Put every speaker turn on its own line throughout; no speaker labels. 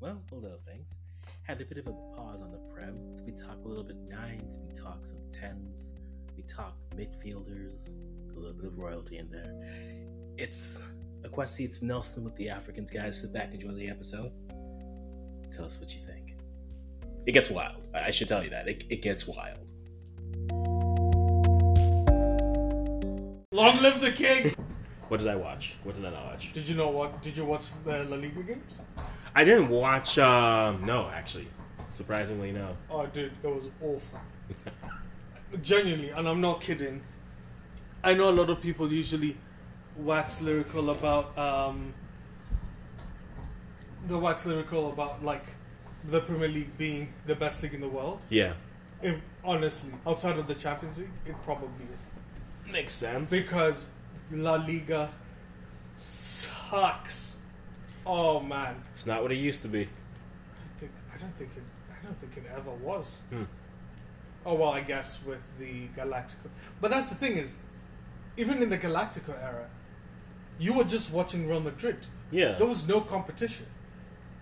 well, a little things. Had a bit of a pause on the prem, so we talk a little bit nines, we talk some tens, we talk midfielders, a little bit of royalty in there. It's Akwasi, it's Nelson with the Africans, guys. Sit back, enjoy the episode. Tell us what you think. It gets wild. I I should tell you that. It, it gets wild.
Long live the king!
What did I watch? What did I not watch?
Did you know what? Did you watch the La Liga games?
I didn't watch. Um, no, actually, surprisingly, no.
Oh, dude, it was awful. Genuinely, and I'm not kidding. I know a lot of people usually wax lyrical about um, the wax lyrical about like the Premier League being the best league in the world.
Yeah,
It, honestly, outside of the Champions League, it probably is.
makes sense.
because La Liga sucks. Oh man,
It's not what it used to be.
I think I don't think it. I don't think it ever was.
Hmm.
Oh well, I guess with the Galactico. But that's the thing is, even in the Galactico era, you were just watching Real Madrid.
Yeah.
There was no competition.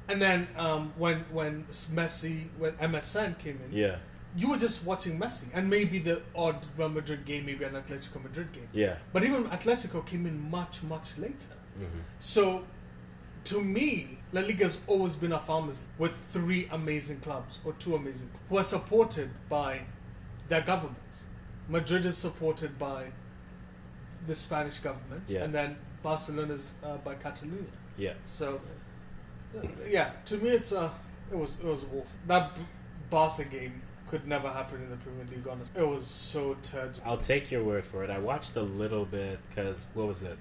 And then um, when when Messi when MSN came in,
Yeah,
you were just watching Messi and maybe the odd Real Madrid game, maybe an Atletico Madrid game.
yeah,
But even Atletico came in much, much later.
Mm-hmm.
So, to me, La Liga's always been a farmers league with three amazing clubs or two amazing clubs who are supported by their governments. Madrid is supported by the Spanish government,
Yeah.
and then Barcelona's uh, by Catalonia.
yeah.
So, uh, yeah, to me, it's a it was it was awful. That B- Barca game could never happen in the Premier League. Honestly, it was so turgid.
I'll take your word for it. I watched a little bit because what was it?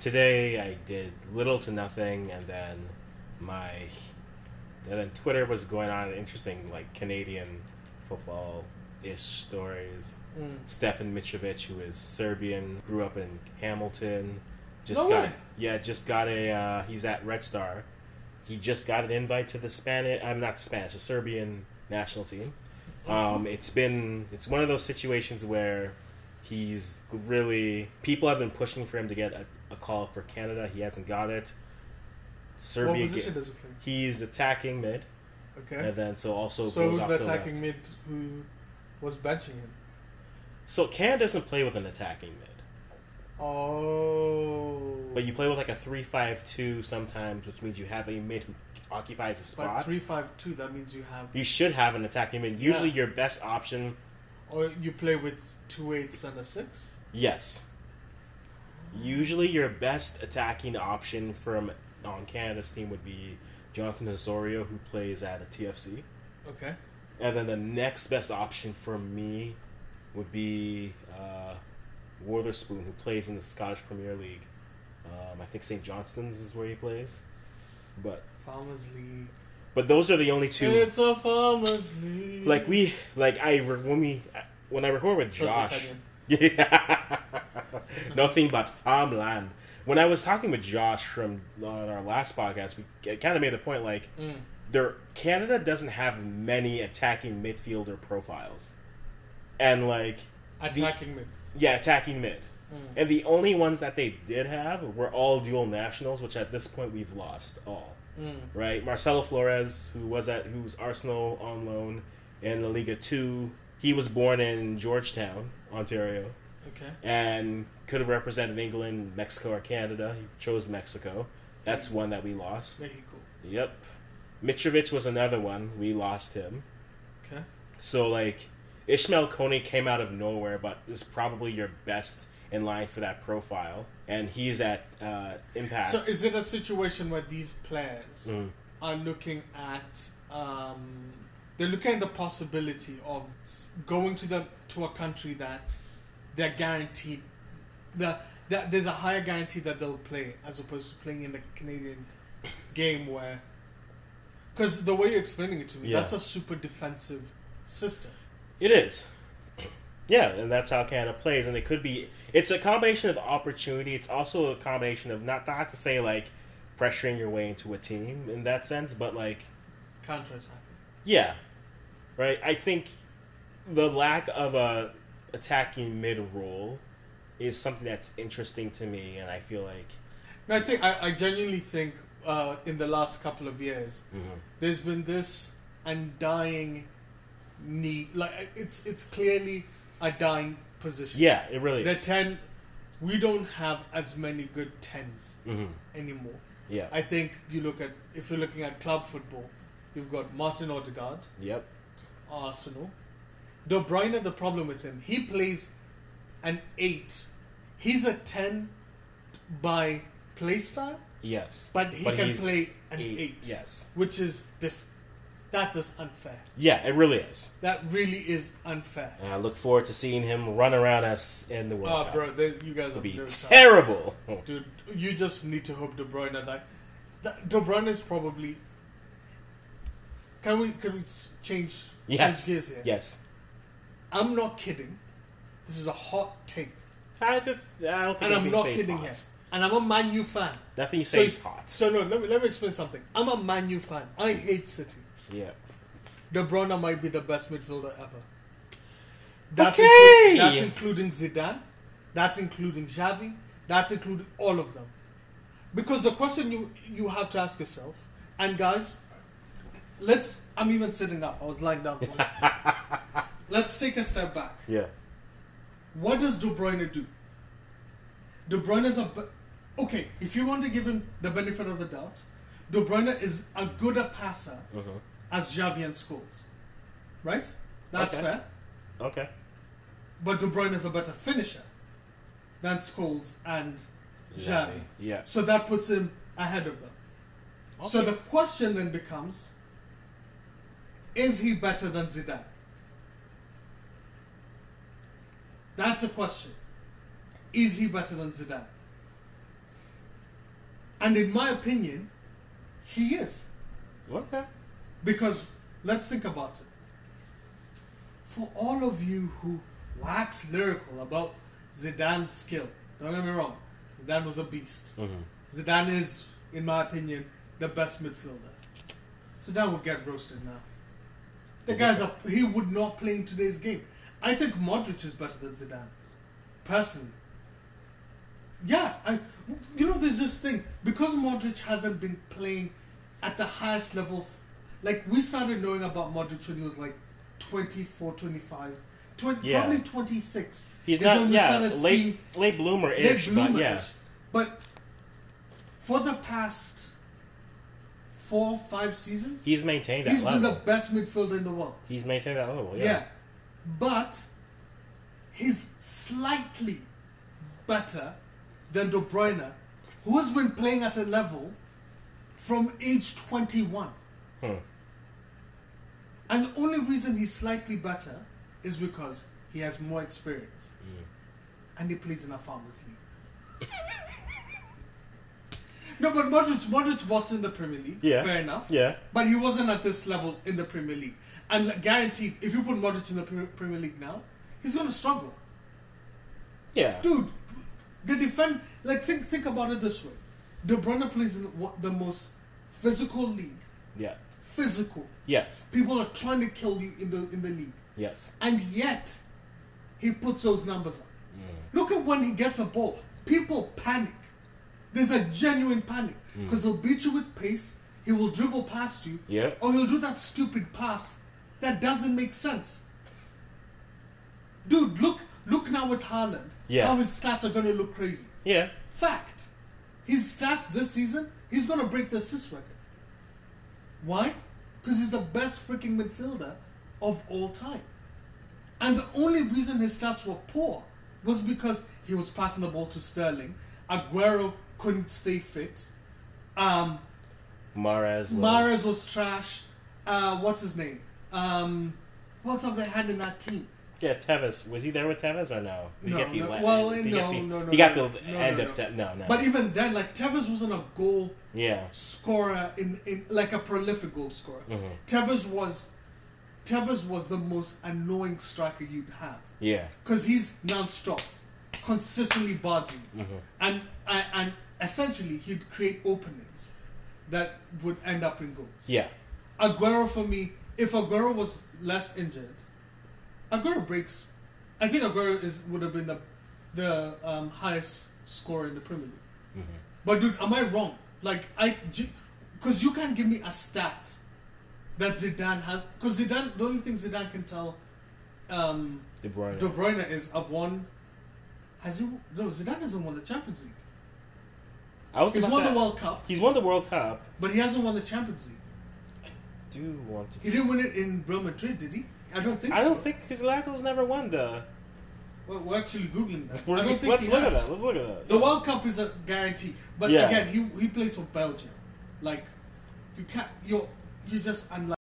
Today I did little to nothing, and then my and then Twitter was going on interesting like Canadian football ish stories.
Mm.
Stefan Mitrovic, who is Serbian, grew up in Hamilton. Just
No
got
way.
yeah, just got a uh, he's at Red Star. He just got an invite to the Spanish. I'm not Spanish, the Serbian national team. Um, it's been it's one of those situations where he's really people have been pushing for him to get a, a call up for Canada. He hasn't got it.
What
Serbia.
position
ge-
does he play?
He's attacking mid,
Okay.
and then so also
So
goes
who's
off
the
to left.
attacking mid who was benching him?
So Canada doesn't play with an attacking mid.
Oh,
But you play with like a three-five-two sometimes, which means you have a mid who occupies a
by
spot.
three five two. That means you have
you should have an attacking mid. Usually, your best option,
or you play with two eights and a six.
yes. Usually, your best attacking option from on Canada's team would be Jonathan Osorio, who plays at a TFC,
Okay.
and then the next best option for me would be uh, Wartherspoon, who plays in the Scottish Premier League. Um, I think St. Johnston's is where he plays, but
Farmers League.
but those are the only two.
It's a farmers league.
like we like I re- when we when I record with
That's
Josh,
Italian.
yeah, nothing but farmland. When I was talking with Josh from on our last podcast, we kind of made the point like
Mm.
there Canada doesn't have many attacking midfielder profiles, and like
attacking mid.
yeah, attacking mid. And the only ones that they did have were all dual nationals, which at this point we've lost all.
Mm.
Right? Marcelo Flores, who was at who's Arsenal on loan in La Liga 2, he was born in Georgetown, Ontario,
Okay.
and could have represented England, Mexico, or Canada. He chose Mexico. That's one that we lost.
Mexico.
Yep. Mitrovic was another one. We lost him.
Okay.
So like Ishmael Coney came out of nowhere, but is probably your best in line for that profile, and he's at uh, Impact.
So is it a situation where these players
Mm.
are looking at um, they're looking at the possibility of s- going to the to a country that they're guaranteed that that there's a higher guarantee that they'll play as opposed to playing in the Canadian game where because the way you're explaining it to me
Yeah.
that's a super defensive system
It is. Yeah, and that's how Canada plays, and it could be. It's a combination of opportunity. It's also a combination of not not to say like pressuring your way into a team in that sense, but like
counter attack
yeah, right. I think the lack of a attacking mid role is something that's interesting to me, and I feel like
No, I think I, I genuinely think uh, in the last couple of years there's been this undying need. Like it's it's clearly a dying position.
Yeah, it really
the
is.
ten, we don't have as many good 10s anymore.
yeah.
I think you look at if you're looking at club football, you've got Martin Odegaard,
yep.
Arsenal. De Bruyne, the problem with him, he plays an eight. He's a ten by play style,
Yes.
but he can
he's
play an
eight,
eight.
Yes.
which is dis- that's just unfair.
Yeah, it really is.
That really is unfair.
And I look forward to seeing him run around us in the World
Oh,
Cup.
bro, they, you guys are
It'll be
very tough.
terrible.
Dude, you just need to hope De Bruyne that, that De Bruyne is probably. Can we can we s- change
yes.
change gears here?
Yes.
I'm not kidding. This is a hot take,
I just I don't
and
think
I'm not
says
kidding
hot.
here. And I'm a Man U fan.
Nothing you
So-
say is hot.
So no, let me let me explain something. I'm a Man U fan. I hate City.
Yeah.
De Bruyne might be the best midfielder ever.
Okay.
inclu- that's including Zidane. That's including Xavi. That's including all of them. Because the question you you have to ask yourself, and guys, let's. I'm even sitting up. I was lying down. let's take a step back.
Yeah.
What does De Bruyne do? De Bruyne is a b- okay. If you want to give him the benefit of the doubt, De Bruyne is a good a passer as Xavi and Scholes, right? That's
Okay.
fair.
Okay.
But De Bruyne is a better finisher than Scholes and Xavi.
Xavi, yeah.
So that puts him ahead of them. So the question then becomes: Is he better than Zidane? That's a question. Is he better than Zidane? And in my opinion, he is.
Okay.
Because let's think about it. For all of you who wax lyrical about Zidane's skill, don't get me wrong, Zidane was a beast. Zidane is, in my opinion, the best midfielder. Zidane would get roasted now. The guy's up. He would not play in today's game. I think Modric is better than Zidane, personally. Yeah, I, you know, there's this thing because Modric hasn't been playing at the highest level. f- Like we started knowing about Modric when he was like 24, 25, 20,
Yeah.
probably 26.
He's
is
not
when we
yeah,
started
late
seeing-
late bloomer
they're
ish, but
bloomers.
yeah.
But for the past four, five seasons,
He's maintained that
he's been
level.
the best midfielder in the world.
He's maintained that level,
Yeah.
yeah.
But he's slightly better than De Bruyne, who has been playing at a level from age 21.
Hmm.
And the only reason he's slightly better is because he has more experience.
Mm.
And he plays in a farmers league. no, but Modric, Modric was in the Premier League.
Yeah.
Fair enough.
Yeah.
But he wasn't at this level in the Premier League. And like, guaranteed, if you put Modric in the Pre- Premier League now, he's going to struggle.
Yeah.
Dude, the defend like think think about it this way: De Bruyne plays in wha- the most physical league.
Yeah.
Physical.
Yes.
People are trying to kill you in the in the league,
Yes.
and yet he puts those numbers up. Look at when he gets a ball. People panic. There's a genuine panic
Hmm.
because he'll beat you with pace. He will dribble past you.
Yeah.
Or he'll do that stupid pass that doesn't make sense. Dude, look look now with Haaland.
Yeah.
How his stats are gonna look crazy.
Yeah.
Fact. His stats this season, he's gonna break the assist record. Why? Because he's the best freaking midfielder of all time. And the only reason his stats were poor was because he was passing the ball to Sterling. Aguero couldn't stay fit. Um,
Mares was
Mares was trash. Uh, what's his name? Um, what's up they had in that team?
Yeah, Tevez. Was he there with Tevez or no? Did
No,
he get the
no.
la-
Well, no,
did he get the,
no, no,
He got
no,
the
no,
end
no,
of
no.
Te- no, no.
But even then, like Tevez wasn't a goal
yeah,
scorer in, in like a prolific goal scorer. Tevez was Tevez was the most annoying striker you'd have
yeah,
because he's non-stop, consistently barging, and and and essentially he'd create openings that would end up in goals.
yeah,
Aguero for me, if Aguero was less injured, Aguero breaks. I
Mm-hmm.
think Aguero is would have been the the um, highest scorer in the Premier League. But dude, am I wrong? Like I, because you can't give me a stat that Zidane has. Because Zidane, the only thing Zidane can tell um,
De Bruyne.
De Bruyne is I've won. Has he? No, Zidane hasn't won the Champions League.
I was
He's
about
won
to-
the World Cup,
He's won the World Cup.
but he hasn't won the Champions League.
Do want to?
He didn't win it in Real Madrid, did he? I don't think.
I
so.
don't think Zlato's never won the.
Well, we're actually googling that.
We're-
I don't think
let's
he
look
has.
at that. Let's look at that.
The World Cup is a guarantee, but
Yeah.
again, he he plays for Belgium. Like you can't, you're you just unlucky.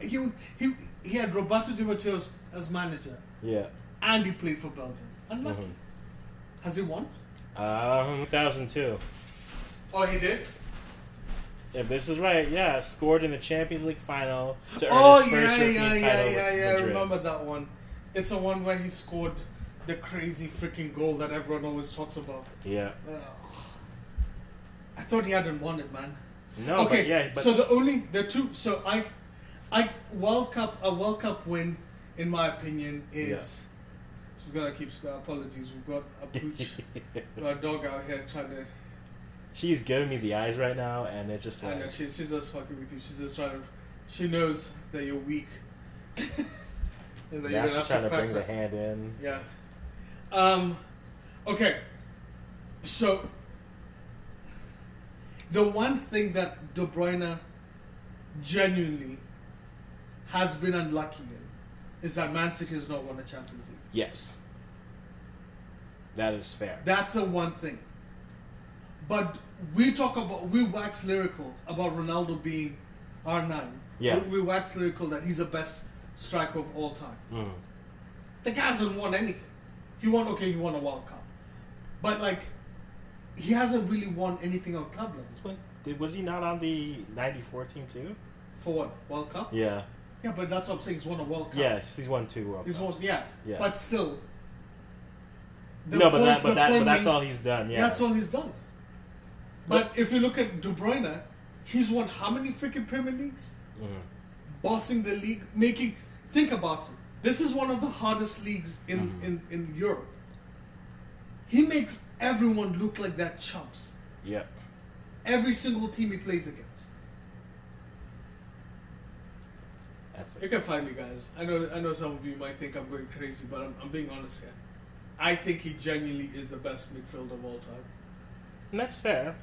He he he had Roberto Di Matteo as, as manager,
Yeah.
and he played for Belgium. Unlucky.
Mhm.
Has he won?
Um, 2002.
Oh, he did.
If this is right, yeah, scored in the Champions League final to earn
Oh
his first
yeah,
European
yeah, yeah,
title
yeah,
with
yeah, I
Madrid.
remember that one. It's a one where he scored the crazy freaking goal that everyone always talks about.
Yeah.
Ugh. I thought he hadn't won it, man.
No,
okay,
but yeah, but
so the only the two so I I World Cup a World Cup win in my opinion is she's gonna keep sc- apologies we've got a pooch our dog out here trying to
she's giving me the eyes right now, and it's just
I
like
know she's she's just fucking with you she's just trying to she knows that you're weak and that
now she's trying to
crack
bring the
her.
hand in.
Yeah. Um, okay. So, the one thing that De Bruyne genuinely has been unlucky in is that Man City has not won a Champions League.
Yes, that is fair.
That's the one thing. But we talk about, we wax lyrical about Ronaldo being R9.
Yeah.
We, we wax lyrical that he's the best striker of all time.
Mhm.
The guy hasn't won anything. He won okay, he won a World Cup, but like he hasn't really won anything on club levels.
When- did- Was he not on the '94 team too?
For what World Cup?
Yeah,
Yeah, but that's what I'm saying. He's won a World Cup.
yeah, he's won two World
he's
Cups.
won. Yeah,
Yeah.
but still. The
no, but
points-
that,
the
but that, but
point
that's
being-
all he's done. Yeah,
That's all he's done. But if you look at De Bruyne, he's won how many freaking Premier Leagues?
Mhm.
Bossing the league, making. Think about it. This is one of the hardest leagues in, in, in Europe. He makes everyone look like they're chumps.
Yep.
Every single team he plays against.
That's
You
it.
can find me, guys. I know I know some of you might think I'm going crazy, but I'm, I'm being honest here. I think he genuinely is the best midfielder of all time.
And that's fair.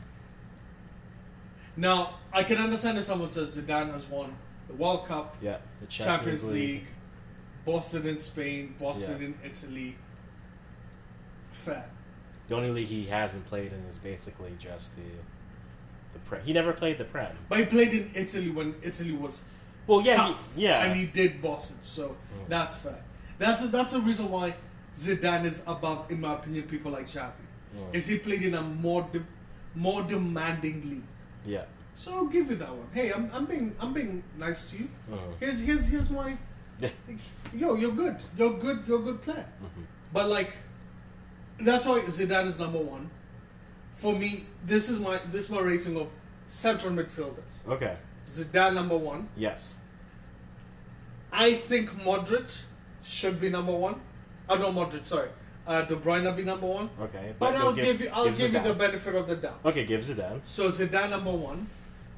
Now, I can understand if someone says Zidane has won the World Cup,
Yeah, the
Champions, League, Boston in Spain, Boston
Yeah.
in Italy. Fair.
The only league he hasn't played in is basically just the the Prem. He never played the Prem.
But he played in Italy when Italy was
Well, yeah,
tough,
he, yeah. Oh.
and he did Boston, so that's fair. That's a, that's the reason why Zidane is above, in my opinion, people like Xavi.
Mm.
Is he played in a more de- more demanding league?
yeah.
So I'll give you that one. Hey, I'm, I'm being I'm being nice to you.
Mhm.
Here's here's here's my yo. You're good. You're good. You're a good player.
Mm-hmm.
But like, that's why Zidane is number one. For me, this is my this is my rating of central midfielders.
okay.
Zidane number one.
Yes.
I think Modric should be number one. Uh, no, Modric. Sorry, uh, De Bruyne be number one.
Okay.
But,
you'll
I'll give, you I'll give you the
Zidane.
benefit of the doubt.
Okay, give Zidane.
So Zidane number one,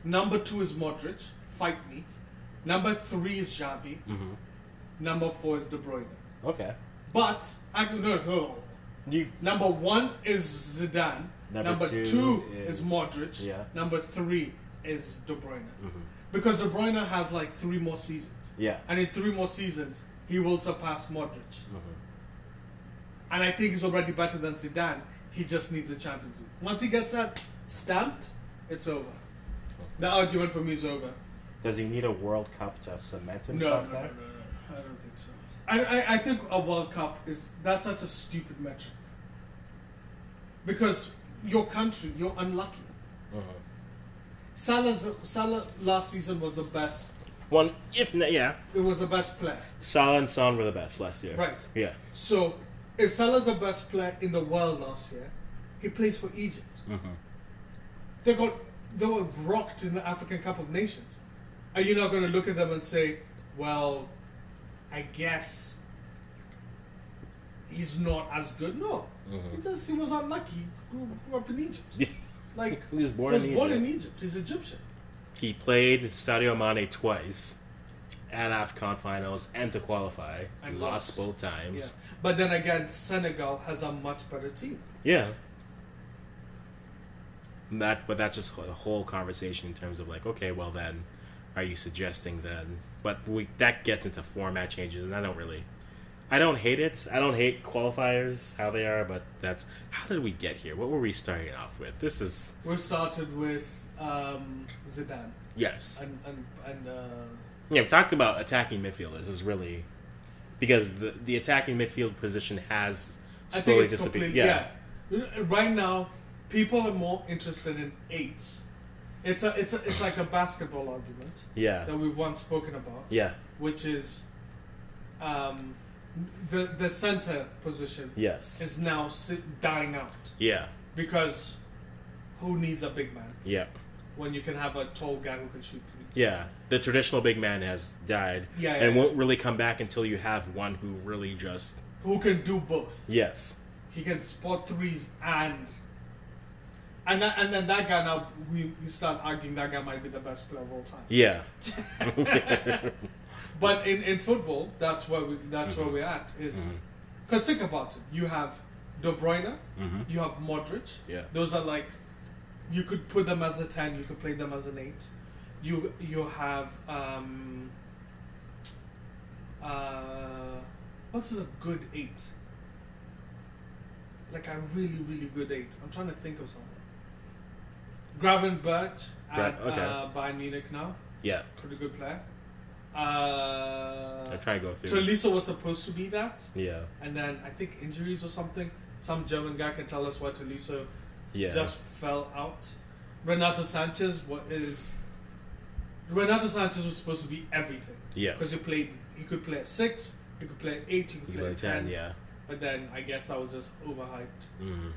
number two is Modric. Fight me. Number three is Xavi.
Mhm.
Number four is De Bruyne.
Okay.
But I can no, no.
You.
Number one is Zidane.
Number two
two
is-
is, Modric.
yeah. Mm-hmm.
Number three is De Bruyne. Because De Bruyne has like three more seasons.
Yeah.
And in three more seasons, he will surpass Modric.
Mm-hmm.
And I think he's already better than Zidane. He just needs a Champions League. Once he gets that stamped, it's over. The argument for me is over.
Does he need a World Cup to cement
No, no, no,
himself
no,
there?
no. I don't think so. I, I, I think a World Cup is that's such a stupid metric because your country, you're unlucky.
Mhm.
Salah's, Salah last season was the best.
One, if not, yeah,
It was the best player.
Salah and Son were the best last year.
Right.
Yeah.
So, if Salah's the best player in the world last year, he plays for Egypt.
Mm-hmm.
They got they were rocked in the African Cup of Nations. Are you not going to look at them and say, "Well, I guess he he's not as good. No,
Mm-hmm.
he just he was unlucky. He grew, grew up in Egypt. Like
He was born
was
in
born
Egypt.
in Egypt. He's Egyptian.
He played Sadio Mane twice at AFCON finals and to qualify.
And
lost
lost.
both
Yeah.
times.
But then again, Senegal has a much better team.
Yeah. That, but that's just the whole conversation in terms of like, okay, well then, are you suggesting then? But we that gets into format changes, and I don't really, I don't hate it. I don't hate qualifiers how they are, but that's how did we get here? What were we starting off with? This is
We started with um, Zidane
yes,
and and, and uh,
Yeah, talk about attacking midfielders is really because the the attacking midfield position has
I
slowly
think it's
disappeared.
complete.
Yeah.
Yeah. Uh, Right now, people are more interested in eights. It's a it's a, it's like a basketball argument
yeah, yeah,
that we've once spoken about.
yeah,
which is um, the the center position
yes,
is now sit, dying out
yeah,
because who needs a big man
yeah,
when you can have a tall guy who can shoot threes?
yeah. The traditional big man has died,
Yeah,
and
yeah.
won't really come back until you have one who really just
Who can do both?
yes,
He can spot threes and and that, and then that guy now we, we start arguing that guy might be the best player of all time.
yeah,
But in, in football, that's where we that's where we're at. Is
Mm-hmm.
because think about it. You have De Bruyne, you have Modric.
Mm-hmm. Yeah.
those are like you could put them as a ten. You could play them as an eight. You you have um, uh, what's a good eight? Like a really really good eight. I'm trying to think of someone. Gravenberch at
Gra- okay.
uh, Bayern Munich now
yeah.
pretty good player. Uh,
I try to go through.
Tolisso was supposed to be that,
Yeah,
and then I think injuries or something. Some German guy can tell us why Tolisso
yeah,
just fell out. Renato Sanchez wa- is Renato Sanchez was supposed to be everything because
yes.
he played. He could play at six. He could play at eight. He could
You
play
go
at
ten, yeah,
But then I guess that was just overhyped.
mm-hmm.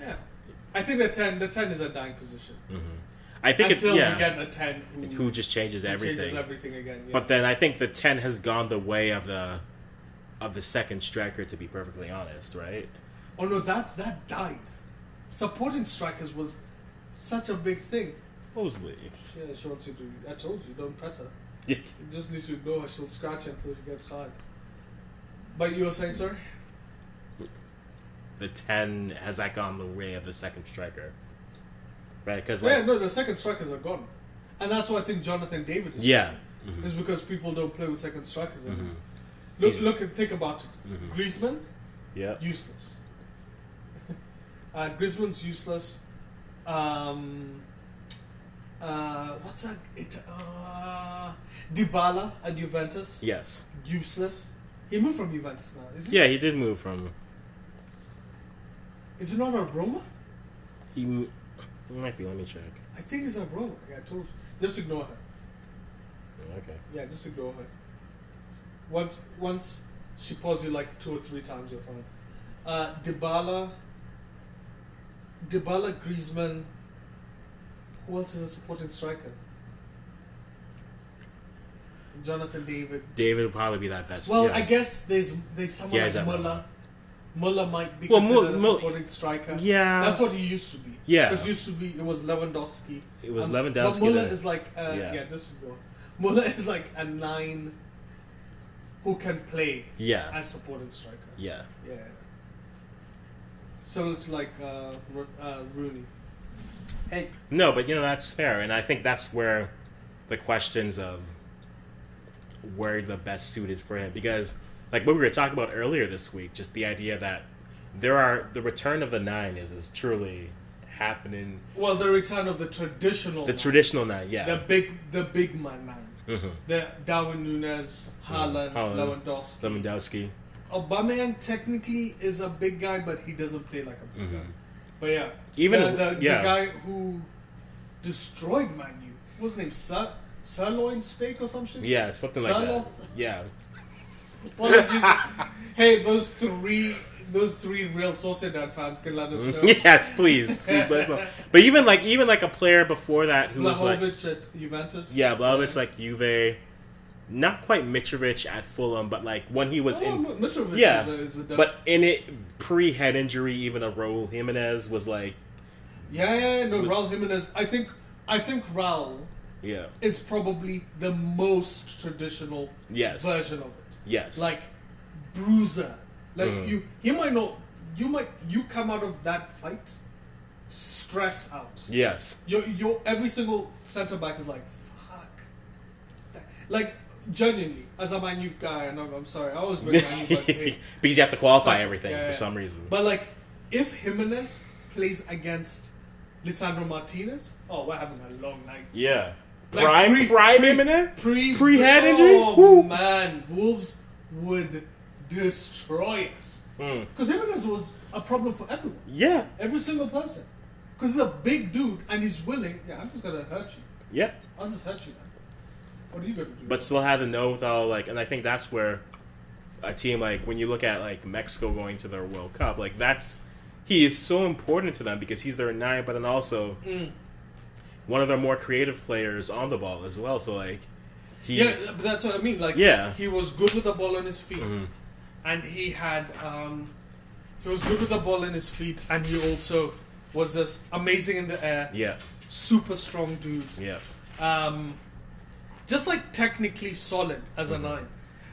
Yeah. I think the ten, the ten is a dying position.
Mm-hmm. I think
Until
it's yeah.
we get a ten who,
who just changes
who
everything?
changes everything again. Yeah.
But then I think the ten has gone the way of the of the second striker. To be perfectly honest, right?
Oh no, that that died. Supporting strikers was such a big thing.
Mosley.
Yeah, she wants you to. I told you, don't press her.
Yeah.
You just need to ignore her. She'll scratch you until you get side. But you were saying, sir?
The ten has that gone the way of the second striker, right? Because
Yeah,
like,
no, the second strikers are gone, and that's why I think Jonathan David is.
yeah, Mm-hmm.
is because people don't play with second strikers anymore. Look,
He's-
look and think about it.
Mhm.
Griezmann,
yeah,
useless. uh, Griezmann's useless. Um, uh, what's that? It, uh, Dybala at Juventus,
yes,
useless. He moved from Juventus now. Is he?
yeah. He did move from
Is he not at Roma?
he. m- he Might be. Let me check.
I think he's at Roma. Yeah, I told you. Just ignore her.
Oh, Okay.
Yeah, just ignore her. Once, once she paws you like two or three times, you're fine. Uh, Dybala, Dybala, Griezmann. Who else is a supporting striker? Jonathan David.
David would probably be that best.
Well,
yeah.
I guess there's there's someone
Yeah,
like
exactly.
Muller. Muller might be
Well, Mu-
considered
Mu-
a supporting striker.
Yeah.
that's what he used to be.
Yeah.
because used to be it was Lewandowski.
It was
But
Lewandowski,
Um, Muller
then-
is like uh,
Yeah.
yeah. this is more. Muller is like a nine who can play
Yeah.
as supporting striker.
Yeah.
Yeah, similar to like uh, Ro- uh, Rooney. Hey,
No, but you know that's fair, and I think that's where the questions of where the best suited for him, because like what we were talking about earlier this week, just the idea that there are the return of the nine is is truly happening.
well, the return of the traditional,
The
nine.
traditional nine, yeah,
the big, the big man nine.
Mhm.
The Darwin Nunes, Haaland,
Haaland.
Lewandowski.
Lewandowski.
Aubameyang technically is a big guy, but he doesn't play like a big guy.
Mhm.
But yeah,
Even-
the, the,
yeah.
the guy who destroyed Man U what was his name Sir, sirloin steak or some shit.
Yeah, something like that.
Sirloin-
Yeah,
Well, it's just- hey, those three, those three real Sociedad fans can let us know.
yes, please. please let us know. But even like even like a player before that who was like
Vlahovic at Juventus.
yeah, Vlahovic like Juve, not quite Mitrovic at Fulham, but like when he was
Oh,
in.
M- Mitrovic
yeah,
is a, is a def-
but in it pre head injury, even a Raul Jimenez was like,
yeah, yeah, yeah, no,
was-
Raul Jimenez. I think, I think Raul
yeah,
is probably the most traditional
Yes.
version of it.
yes, Mm.
like bruiser. Like you, he might not. You might you come out of that fight stressed out.
yes,
Your your every single centre back is like fuck. Like genuinely, as a minute guy, and I'm, I'm sorry, I always bring minute back.
because you have to qualify
Suck.
everything
Yeah, yeah.
for some reason.
But like, if Jimenez plays against Lisandro Martinez, oh, we're having a long night.
yeah,
Like,
prime
pre-
prime
pre-
Jimenez.
Pre
Pre-head
oh,
injury? Woo.
man, Wolves would destroy us
Mm.
because Jimenez was a problem for everyone.
Yeah,
Every single person. Because he's a big dude and he's willing. Yeah, I'm just gonna hurt you.
yeah,
I'll just hurt you, man. What are you gonna do?
but still had the know with all like, and I think that's where a team like when you look at like Mexico going to their World Cup, like that's he is so important to them because he's their nine, but then also
Mm.
one of their more creative players on the ball as well. So like, he
yeah, but that's what I mean. Like,
Yeah. Hmm.
he was good with the ball on his feet, and he had um, he was good with the ball in his feet, and he also was this amazing in the air,
yeah,
super strong dude.
yeah.
um, just like technically solid as a nine.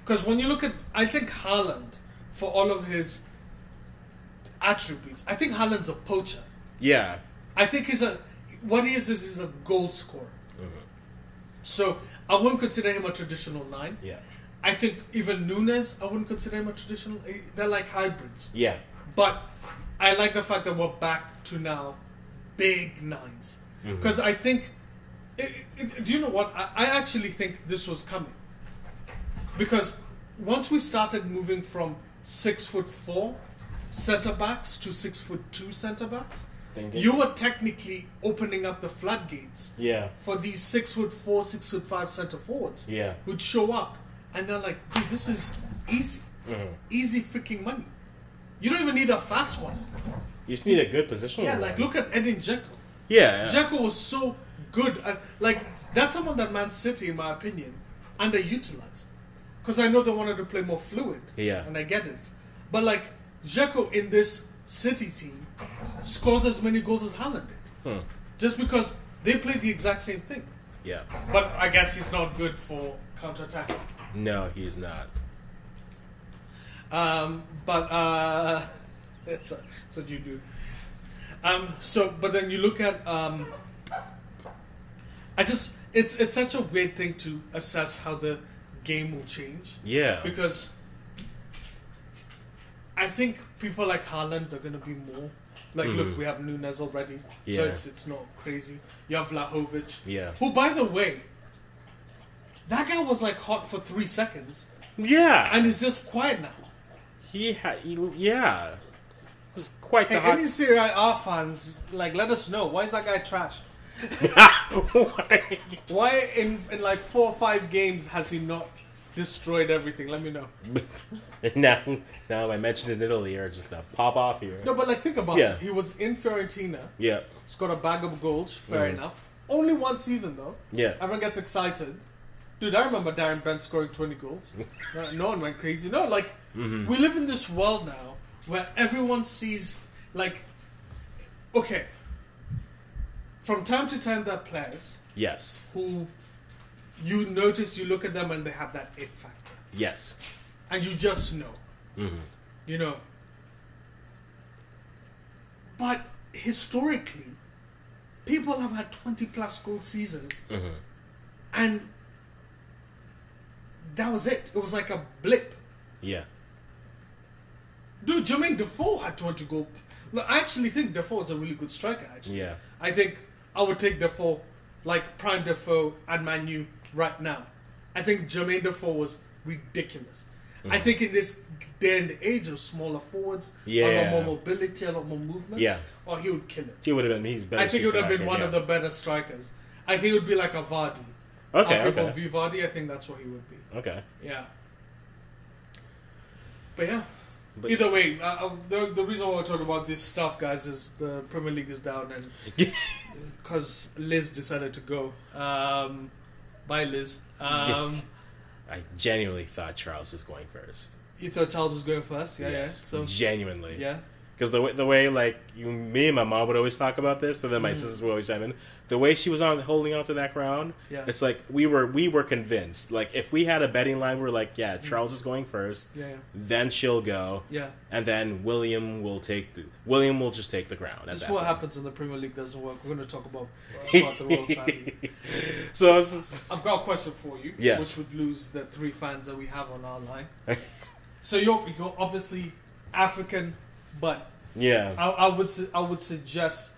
Because when you look at, I think Haaland, for all of his attributes, I think Haaland's a poacher.
Yeah.
I think he's a, what he is is he's a goal scorer. So I wouldn't consider him a traditional nine.
Yeah.
I think even Nunes, I wouldn't consider him a traditional. eh, They're like hybrids.
Yeah.
But I like the fact that we're back to now big nines. Because I think, i i do you know what? I, I actually think this was coming. Because once we started moving from six foot four centre backs to six foot two centre backs,
Ding, ding.
you were technically opening up the floodgates
Yeah.
for these six foot four, six foot five centre forwards
Yeah.
who'd show up and they're like, dude, this is easy.
Mm-hmm.
Easy freaking money. You don't even need a fast one.
Oh, You just need a good position.
Yeah, like look at Edin Dzeko.
Yeah. Yeah.
Dzeko was so good. At, like that's someone that Man City, in my opinion, underutilized. Because I know they wanted to play more fluid.
Yeah.
and I get it. But like Dzeko in this City team scores as many goals as Haaland did,
Hmm.
just because they played the exact same thing.
yeah.
But I guess he's not good for counter attack.
No, he's not.
Um, but uh, that's, what, that's what you do. Um, so, but then you look at. Um, I just it's it's such a weird thing to assess how the game will change
Yeah.
because I think people like Haaland are going to be more like look we have Nunes already
Mm. Yeah.
so it's it's not crazy you have Vlahovic
Yeah.
who by the way that guy was like hot for three seconds
yeah.
and is just quiet now
he had. Yeah. It was quite
Hey,
the hot.
any Serie A fans, like, let us know. Why is that guy trash?
Why?
Why in, in like four or five games has he not destroyed everything? Let me know.
Mm. And now, now I mentioned in Italy, are just gonna pop off here.
No, but like, think about
Yeah.
it. He was in Fiorentina,
Yeah.
scored a bag of goals, fair
Mhm.
enough. Only one season, though.
Yeah.
Everyone gets excited. Dude, I remember Darren Bent scoring 20 goals. no, no one went crazy. No, like, we live in this world now where everyone sees, like, okay, from time to time, there are players
Yes.
who you notice you look at them and they have that it factor
Yes.
and you just know you know but historically people have had 20 plus goal seasons and that was it it was like a blip
Yeah.
dude jermaine defoe had 20 goal no, i actually think defoe is a really good striker actually
Yeah.
I think I would take Defoe, like prime Defoe and Manu right now. I think Jermaine Defoe was ridiculous.
Mm.
I think in this day and age of smaller forwards, a lot
Yeah.
more mobility, a lot more movement,
Yeah.
or he would kill it.
He would have been. He's better.
I think it would have been one
yeah.
of the better strikers. I think it would be like a Vardy.
Okay,
How people
okay.
view Vardy, I think that's what he would be.
Okay.
Yeah. But yeah.
But-
Either way, uh, uh, the, the reason why we're talking about this stuff, guys, is the Premier League is down and because Liz decided to go. Um, bye, Liz. Um,
I genuinely thought Charles was going first.
You thought Charles was going first? Yeah, yeah. So
genuinely,
yeah.
Because the way, the way like you, me and my mom would always talk about this, and then my
Mm-hmm.
sisters would always chime in. The way she was on holding on to that crown,
Yeah.
it's like we were we were convinced. Like if we had a betting line, we are like, yeah, Charles is going first,
Yeah, yeah.
then she'll go,
Yeah.
and then William will take the William will just take the crown. at
This is
that
what
point.
happens when the Premier League doesn't work. We're going to talk about, about the royal family.
so it's just-
I've got a question for you,
Yes.
which would lose the three fans that we have on our line. so you're, you're obviously African, but
yeah,
I, I would su- I would suggest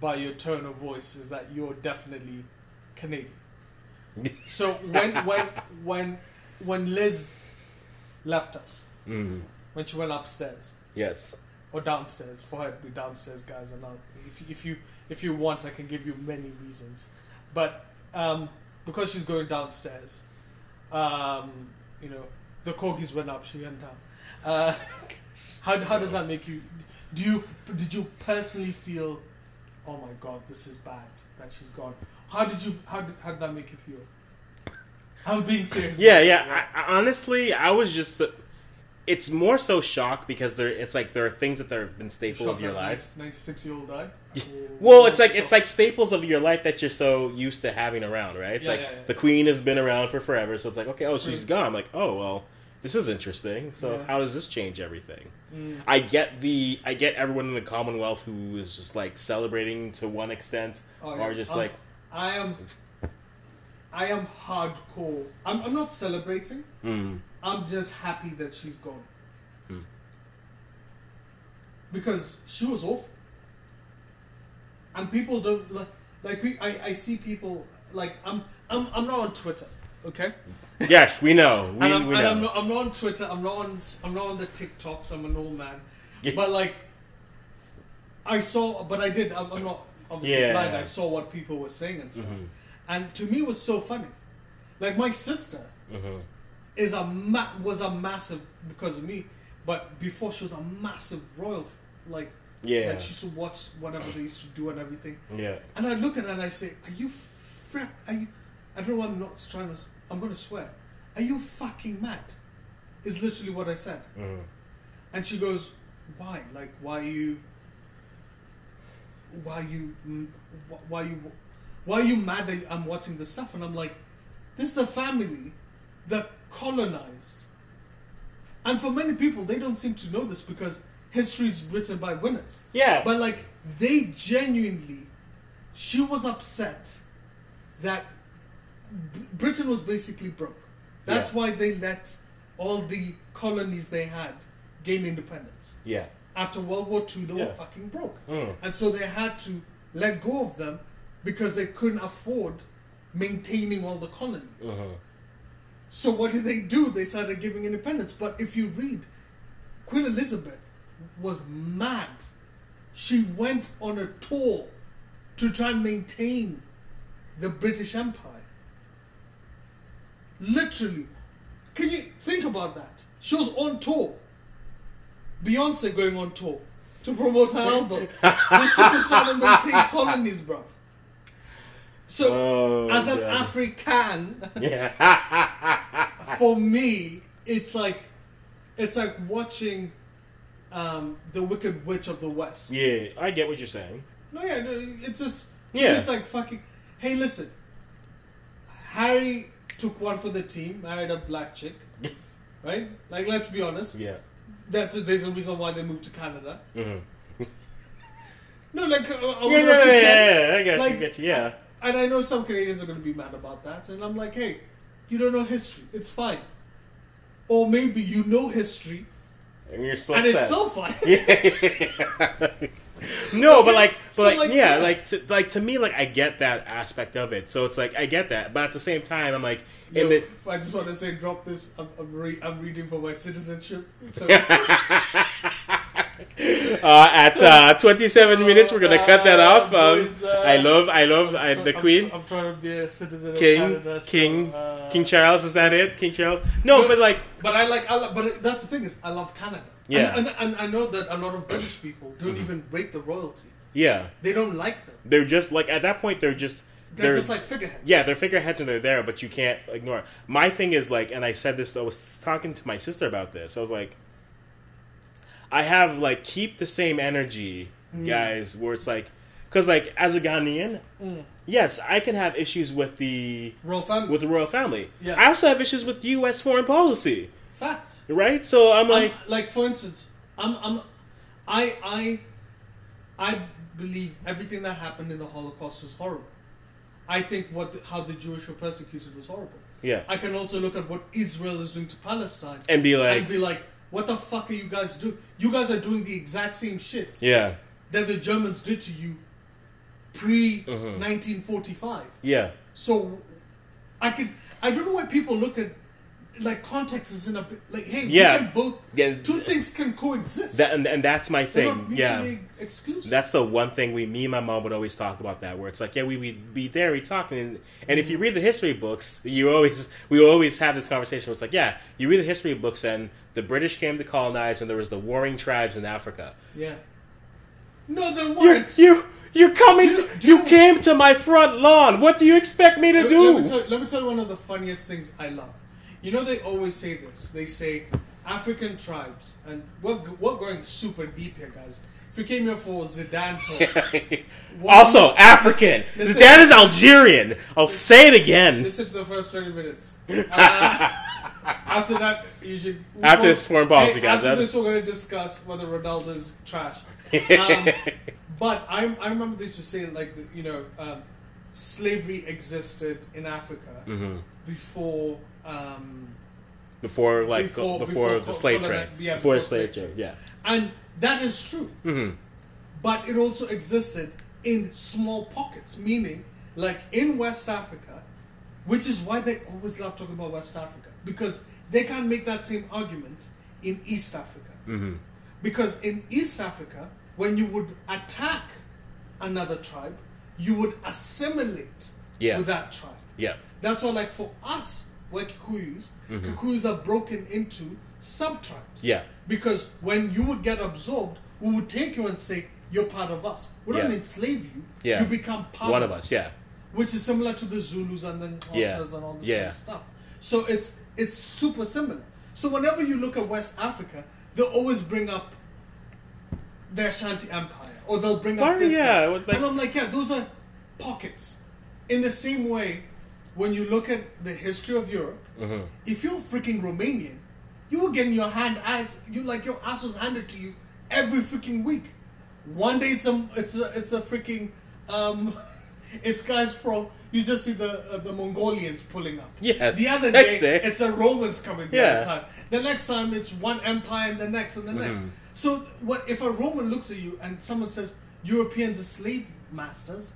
by your tone of voice is that you're definitely Canadian. so when when when when Liz left us,
mm,
when she went upstairs
yes,
or downstairs, for her to be downstairs, guys. And I'll, if if you if you want, I can give you many reasons, but um, because she's going downstairs, um, you know, the corgis went up, she went down. Uh, how how does that make you? Do you did you personally feel? Oh my God, this is bad that she's gone. How did you? How did, how did that make you feel? I'm being serious.
yeah, yeah. I, I, honestly, I was just. It's more so shock because there. It's like there are things that there have been staple
Shocked
of your
that
life.
Ninety-six year old died.
Well, it's
Oh,
like it's
shocked.
like staples of your life that you're so used to having around, right? It's
Yeah,
like
yeah, yeah.
the queen has been around for forever, so it's like okay, oh, she's
True.
gone. Like, oh well, this is interesting. So
Yeah.
how does this change everything?
Mm.
I get the I get everyone in the Commonwealth who is just like celebrating to one extent,
Oh, yeah.
or just
I'm-
like
I am. I am hardcore. I'm, I'm not celebrating.
mm,
I'm just happy that she's gone.
Hmm.
Because she was awful. And people don't like. Like pe- I, I see people like I'm I'm I'm not on Twitter, okay?
Hmm. yes, we know, we,
and I'm,
we
and
know.
I'm, not, I'm not on Twitter. I'm not on. I'm not on the TikToks. I'm an old man.
Yeah.
But like, I saw. But I did. I'm, I'm not obviously
Yeah. Mm-hmm.
blind. I saw what people were saying and stuff. And to me, it was so funny. Like my sister
Mhm.
is a ma- was a massive because of me. But before she was a massive royal, like
Yeah.
like she used to watch whatever they used to do and everything.
Yeah,
And I look at her and I say, "Are you frick? Are you? I don't know. why I'm not trying to. s- I'm going to swear. Are you fucking mad?" Is literally what I said.
Mhm.
And she goes, "Why? Like, why are you? Why are you? mm, wh- Why are you? Why are you mad that I'm watching this stuff?" And I'm like, "This is the family that colonized." And for many people, they don't seem to know this because history is written by winners.
yeah,
But like they genuinely, she was upset that B- Britain was basically broke. That's
Yeah.
why they let all the colonies they had gain independence.
yeah,
After World War II, they were
Yeah.
fucking broke,
Mm.
and so they had to let go of them because they couldn't afford maintaining all the colonies.
Mhm.
So what did they do? They started giving independence. But if you read, Queen Elizabeth was mad. She went on a tour to try and maintain the British Empire. Literally. Can you think about that? She was on tour. Beyonce going on tour to promote her album. This took us out and maintain colonies, bro. So,
Oh,
as an
God.
African,
yeah,
for me, it's like it's like watching um, the Wicked Witch of the West.
yeah. I get what you're saying.
No, yeah, no, it's just to
Yeah.
me, it's like fucking. Hey, listen, Harry took one for the team, married a black chick, right? Like, let's be honest.
Yeah,
That's a, there's a reason why they moved to Canada.
Mhm.
No, like, uh, I
yeah,
would
no,
not
yeah,
pretend-
yeah, yeah, I got
like-
you, got you. Yeah,
And I know some Canadians are going to be mad about that, and I'm like, hey, you don't know history. It's fine. Or maybe you know history,
and you're still
and
upset.
it's so fun.
No, but like, but
So,
like,
like,
yeah,
yeah.
like, to, like to me, like, I get that aspect of it. So it's like, I get that, but at the same time, I'm like,
Yo,
in the
I just want to say, drop this. I'm, I'm, re- I'm reading for my citizenship. So,
uh, at uh, 27 minutes, we're gonna cut that
Uh,
off. Um,
boys, uh,
I love, I love I, the
I'm-
Queen,
I'm, trying to be a citizen
King,
of Canada. so,
King,
uh,
King Charles. Is that it, King Charles? No,
No.
but like,
But I like. I lo- but that's the thing is, I love Canada.
Yeah. Mm-hmm.
And, and, and I know that a lot of British people don't even rate the royalty.
yeah,
They don't like them.
they're just like at that point, they're just
They're,
They're-
just like figureheads.
Yeah, they're figureheads and they're there, but you can't ignore. it. My thing is like, and I said this. I was talking to my sister about this. I was like, I have like keep the same energy,
Mm.
guys. Where it's like, because like as a Ghanaian,
Mm.
yes, I can have issues with the
Royal family.
with the royal family.
Yeah.
I also have issues with U.S. foreign policy,
Facts.
right? So
I'm-
I'm like,
like, for instance, I'm, I'm, I, I, I believe everything that happened in the Holocaust was horrible. I think what how the Jewish were persecuted was horrible.
yeah,
I can also look at what Israel is doing to Palestine
and be like,
and be like, what the fuck are you guys doing? You guys are doing the exact same shit
yeah,
that the Germans did to you pre
Mhm.
1945.
yeah,
So I can I don't know why people look at like context is in a bit like hey
Yeah.
we can both
Yeah,
two
th-
things can coexist.
that and, and that's my
They're
thing.
not
Yeah.
mutually exclusive.
That's the one thing we, me and my mom would always talk about that, where it's like, yeah, we would be there, we talking, and, and if you read the history books, you always, we always have this conversation where it's like, yeah, you read the history books and the British came to colonize and there was the warring tribes in Africa.
yeah. No, there
You're,
weren't.
you, you're coming
Do-
to,
do-
you came to my front lawn, what do you expect me to
Let-
do?
Let me, tell, let me tell you one of the funniest things I love. You know, they always say this. They say African tribes, and we're, g- we're going super deep here, guys. If you came here for Zidane talk, what-
also,
listen-
African.
listen-
Dad is Algerian. I'll say it again.
Listen to the first 30 minutes. Uh, after that, you should. we
After
will-
this foreign policy,
hey,
guys,
After
that-
this, we're going to discuss whether Ronaldo's trash. Um, but I, I remember they used to say, like, the- you know, um, slavery existed in Africa
Mm-hmm.
before. Um,
Before, like, uh,
Before-
before,
before
the slave
coloni-
trade.
yeah,
before the
before
slave
slave
trade, yeah. Mm-hmm.
and that is true. But it also existed in small pockets, meaning, like in West Africa, which is why they always love talking about West Africa, because they can't make that same argument in East Africa.
Mm-hmm.
Because in East Africa, when you would attack another tribe, you would assimilate
Yeah.
with that tribe.
Yeah.
That's why, like for us, we're Kikuyus. Kikuyus are broken into sub tribes.
Mm-hmm. Yeah.
Because when you would get absorbed, we would take you and say, You're part of us. We don't
Yeah.
enslave you.
Yeah.
You become part
One of us, yeah.
Which is similar to the Zulus and then
Yeah.
Hansas and all this
Yeah.
kind of stuff. So it's it's super similar. So whenever you look at West Africa, they'll always bring up their Shanti Empire, or they'll bring
Oh,
up this.
yeah,
thing.
it was like-
and I'm like, yeah, those are pockets. In the same way, when you look at the history of Europe,
Mm-hmm.
if you're freaking Romanian, you were getting your hand ass, you like your ass was handed to you every freaking week. One day it's a it's a it's a freaking um, it's guys from you just see the uh, the Mongolians pulling up.
Yes.
The other day,
Next day.
it's a Romans coming the
Yeah.
other time. The next time it's one empire and the next and the next.
Mm-hmm.
So what if a Roman looks at you and someone says Europeans are slave masters,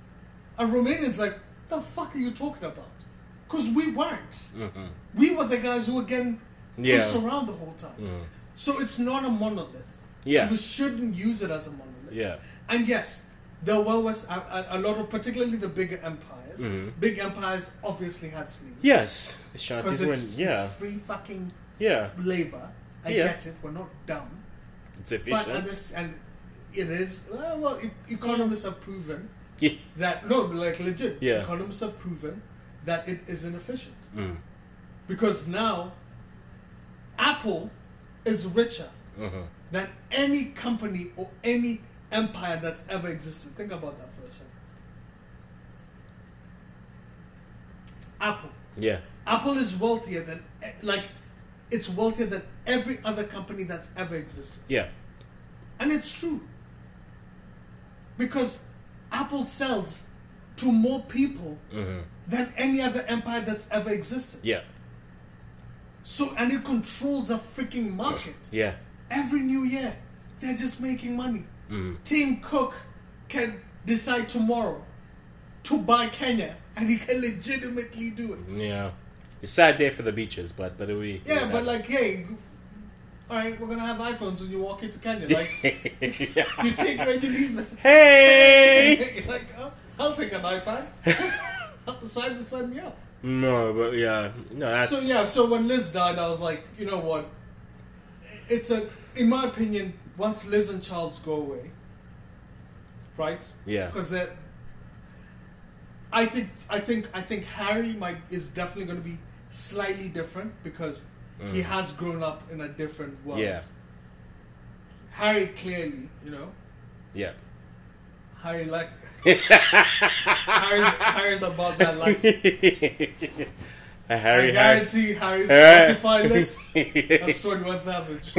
a Romanian's like, the fuck are you talking about? Because we weren't. We were the guys who were getting
Mm-hmm. Yeah. Mm-hmm.
pushed around the whole time. So it's not a monolith.
Yeah.
And we shouldn't use it as a monolith.
Yeah.
And yes, there were West, a, a a lot of, particularly the bigger empires.
Mm-hmm.
Big empires obviously had slaves.
Yes. The
Because
Shanties were,
it's,
in- yeah,
it's free fucking
yeah.
labor. I
Yeah.
get it. We're not dumb.
It's
But
efficient.
and, this, and it is well, well e- economists have proven
yeah.
that no, like legit.
Yeah.
Economists have proven that it is inefficient
Mm.
because now Apple is richer
Uh-huh.
than any company or any empire that's ever existed. Think about that for a second. Apple.
yeah,
Apple is wealthier than like it's wealthier than every other company that's ever existed.
yeah,
And it's true. Because Apple sells to more people than any other empire that's ever existed.
yeah,
So, and it controls a freaking market.
yeah,
Every new year, they're just making money. Tim Cook can decide tomorrow to buy Kenya, and he can legitimately do it.
yeah. It's a sad day for the beaches, but but it we
Yeah, but like, hey, all right, we're gonna have iPhones when you walk into Kenya. Like, you take it and you leave it.
hey,
You're like, oh, I'll take an iPad. sign, sign me up.
no, but yeah, no, that's
So yeah, so when Liz died, I was like, you know what? It's a, in my opinion, once Liz and Charles go away, right?
Yeah.
Because they're. I think I think I think Harry might is definitely going to be slightly different because he
Mm.
has grown up in a different world.
Yeah,
Harry clearly, you know,
yeah.
Harry like Harry's, Harry's about that life.
A
I
Harry Harry.
guarantee Harry's
Harry.
Spotify list has 21 Savage.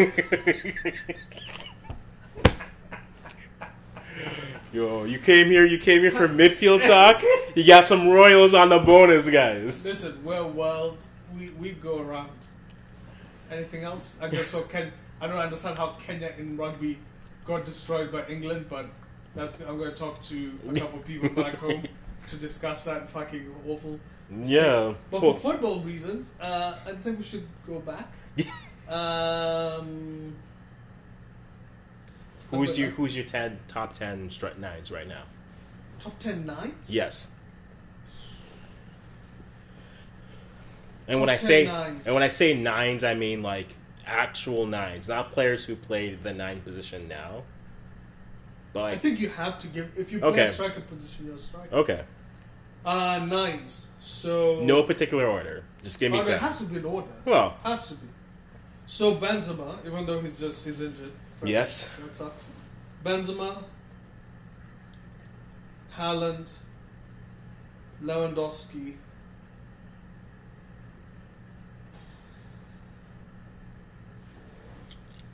Yo, you came here. You came here for midfield talk. You got some Royals on the bonus, guys.
Listen, we're wild. We we go around. Anything else? I guess so. Ken, I don't understand how Kenya in rugby got destroyed by England, but that's. I'm going to talk to a couple people back home to discuss that fucking awful.
Yeah.
But for
Cool.
football reasons, uh, I think we should go back. um,
Who's your Who's your ten, top ten strut nines right now?
top ten nines?
Yes. And when
Top
I
10
say
nines.
and when I say nines, I mean like actual nines, not players who play the nine position now. But
I
like,
think you have to give if you play
Okay. Oh.
a striker position, you're a striker.
okay,
Uh, nines. So
no particular order. Just give me
I mean, it
ten.
has to be an order.
Well,
Has to be. So Benzema, even though he's just he's injured. for-
Yes.
That sucks. Benzema, Haaland, Lewandowski.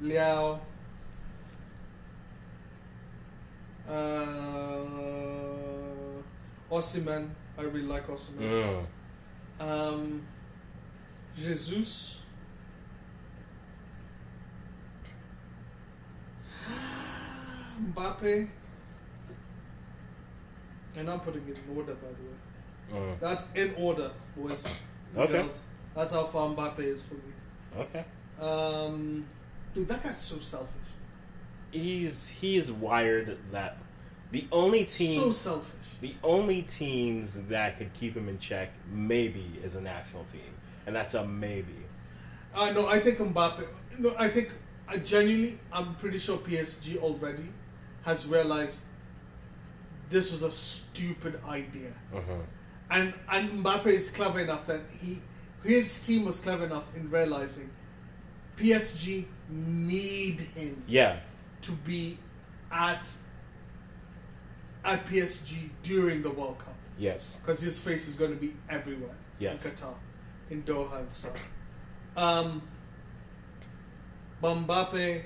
Liao. Uh, Osimhen. I really like Osimhen.
mm,
Um, Jesus. Mbappe. And I'm putting it in order, by the way.
mm,
That's in order, boys. and
Okay.
Girls. That's how far Mbappe is for me.
okay.
Um, dude, that guy's so selfish.
He's he is wired that the only team
So selfish.
the only teams that could keep him in check maybe is a national team, and that's a maybe.
Uh, no, I think Mbappe. No, I think I genuinely, I'm pretty sure PSG already has realized this was a stupid idea,
Mhm.
and and Mbappe is clever enough that he his team was clever enough in realizing PSG need him
Yeah.
to be at at PSG during the World Cup
Yes.
because his face is going to be everywhere
Yes.
in Qatar, in Doha and stuff. Um, Mbappe,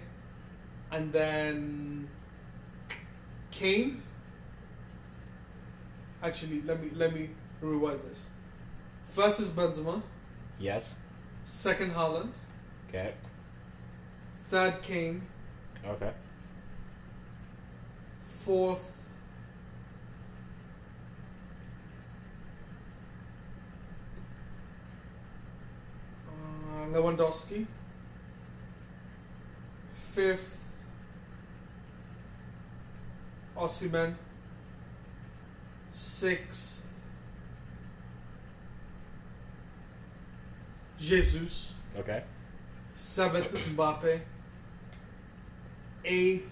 and then Kane. Actually, let me let me rewind this. First is Benzema,
Yes.
second Haaland,
Okay.
third Kane,
Okay.
fourth. uh, Lewandowski. Fifth. Osimhen. Sixth. Jesus.
Okay.
Seventh Mbappe. Eighth.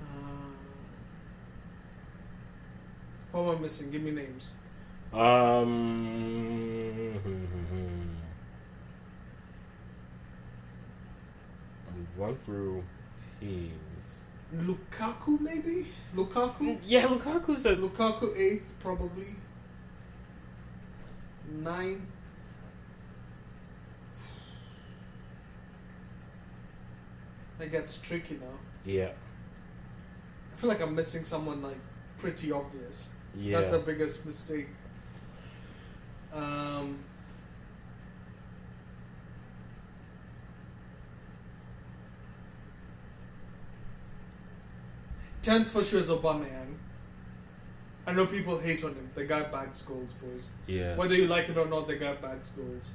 Um, Who am I missing? Give me names.
Um. Run through teams.
Lukaku, maybe? Lukaku?
Yeah, Lukaku's a
Lukaku, eighth, probably. Ninth. That gets tricky now.
yeah.
I feel like I'm missing someone like pretty obvious.
Yeah.
That's our biggest mistake. Um, tenth for sure is Aubameyang. I know people hate on him. The guy bags goals, boys.
yeah.
Whether you like it or not, the guy bags goals.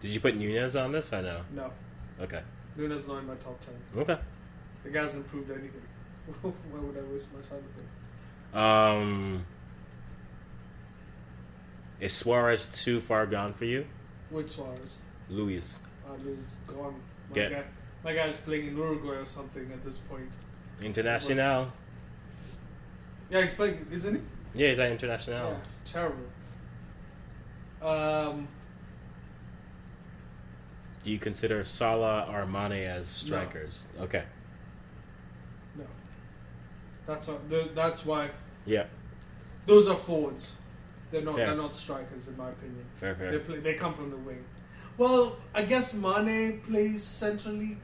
Did you put Nunez on this? I know.
No,
Okay.
Nuna's not in my top ten.
Okay.
The guy hasn't proved anything. Why would I waste my time with him?
Um. Is Suarez too far gone for you,
Which Suarez?
Luis?
Alu's gone. My,
Get-
guy, my guy's playing in Uruguay or something at this point.
International.
Yeah, he's playing, isn't he?
Yeah, he's at international.
Yeah, terrible. Um,
Do you consider Salah Armane as strikers? Okay.
no, that's a, th- that's why
Yeah.
those are forwards. They're not
Fair.
they're not strikers in my opinion.
Fair, fair.
They play they come from the wing. Well, I guess Mane plays centrally.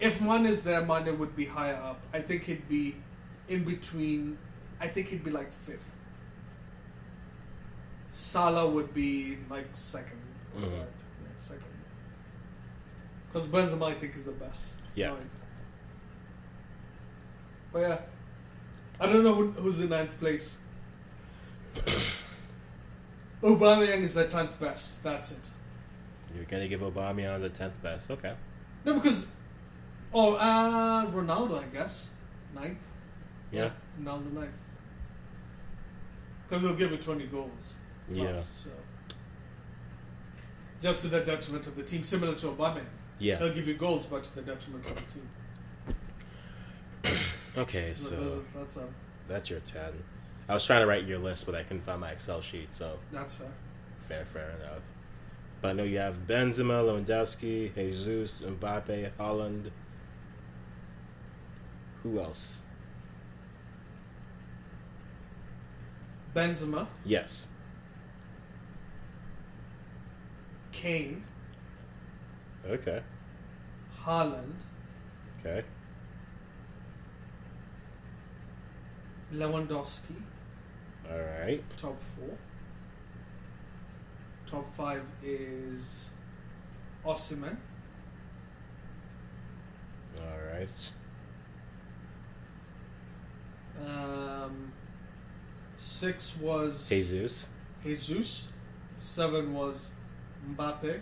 If Mane is there, Mane would be higher up. I think he'd be in between. I think he'd be like fifth. Salah would be like second, or
Mhm.
third. Yeah, second. Because Benzema, I think, is the best.
Yeah.
nine. But yeah, I don't know who, who's in ninth place. Aubameyang is the tenth best. That's it.
You're gonna give Aubameyang the tenth best. Okay.
No, because oh, uh, Ronaldo, I guess ninth.
Yeah.
Ronaldo ninth. Because he'll give it twenty goals.
Yeah.
plus, so. Just to the detriment of the team, similar to Aubameyang.
Yeah.
He'll give you goals, but to the detriment of the team.
Okay,
So those
so
are- that's um,
that's your ten. I was trying to write your list, but I couldn't find my Excel sheet. So
that's fair.
fair, fair enough. But I know you have Benzema, Lewandowski, Jesus, Mbappe, Holland. Who else?
Benzema,
Yes.
Kane,
Okay.
Haaland,
Okay.
Lewandowski,
All right.
top four. Top five is Osimhen,
All right.
Um, six was
Jesus.
Jesus. Seven was Mbappe.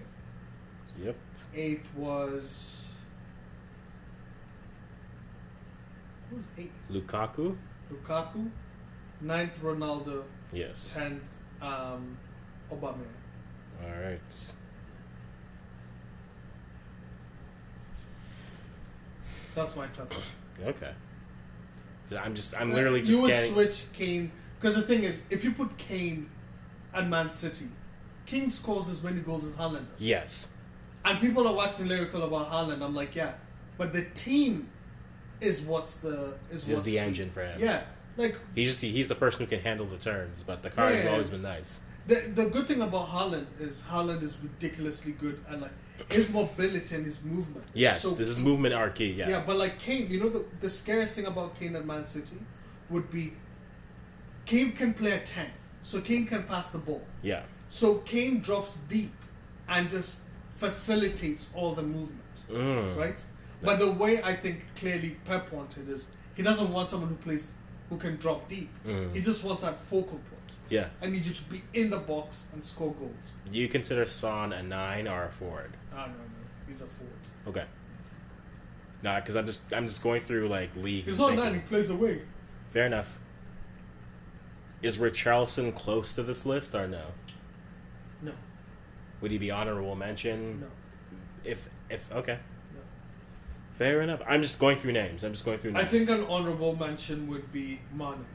Yep.
Eight was. Who was eight?
Lukaku.
Lukaku. Ninth, Ronaldo.
Yes.
Tenth, um, Obama.
All right.
That's my top.
Okay. So I'm just. I'm literally just
You would
scanning.
switch Kane. Because the thing is, if you put Kane at Man City, Kane scores as many goals as Haaland does.
Yes.
And people are waxing lyrical about Haaland. I'm like, yeah, but the team is what's the is
Is
what's
the engine for him.
Yeah, like
He's just he's the person who can handle the turns, but the car has
Yeah.
always been nice.
the the good thing about Haaland is Haaland is ridiculously good and like his mobility and his movement. is
Yes,
so
this is movement RK. Yeah.
Yeah, but like Kane, you know the, the scariest thing about Kane at Man City would be Kane can play a 10. So Kane can pass the ball.
yeah.
So Kane drops deep and just facilitates all the movement.
Mm.
Right? But the way I think clearly Pep wanted is he doesn't want someone who plays who can drop deep.
Mm.
He just wants that focal point.
Yeah.
I need you to be in the box and score goals.
Do you consider Son a nine or a forward?
Ah no no, he's a forward.
Okay. Nah, because I'm just I'm just going through like leagues.
He's
and
not nine,
thinking-
he plays a wing.
Fair enough. Is Richarlison close to this list or no?
No,
Would he be honorable mention?
no,
If if okay,
no.
fair enough. I'm just going through names. I'm just going through.
I
Names.
think an honorable mention would be Mane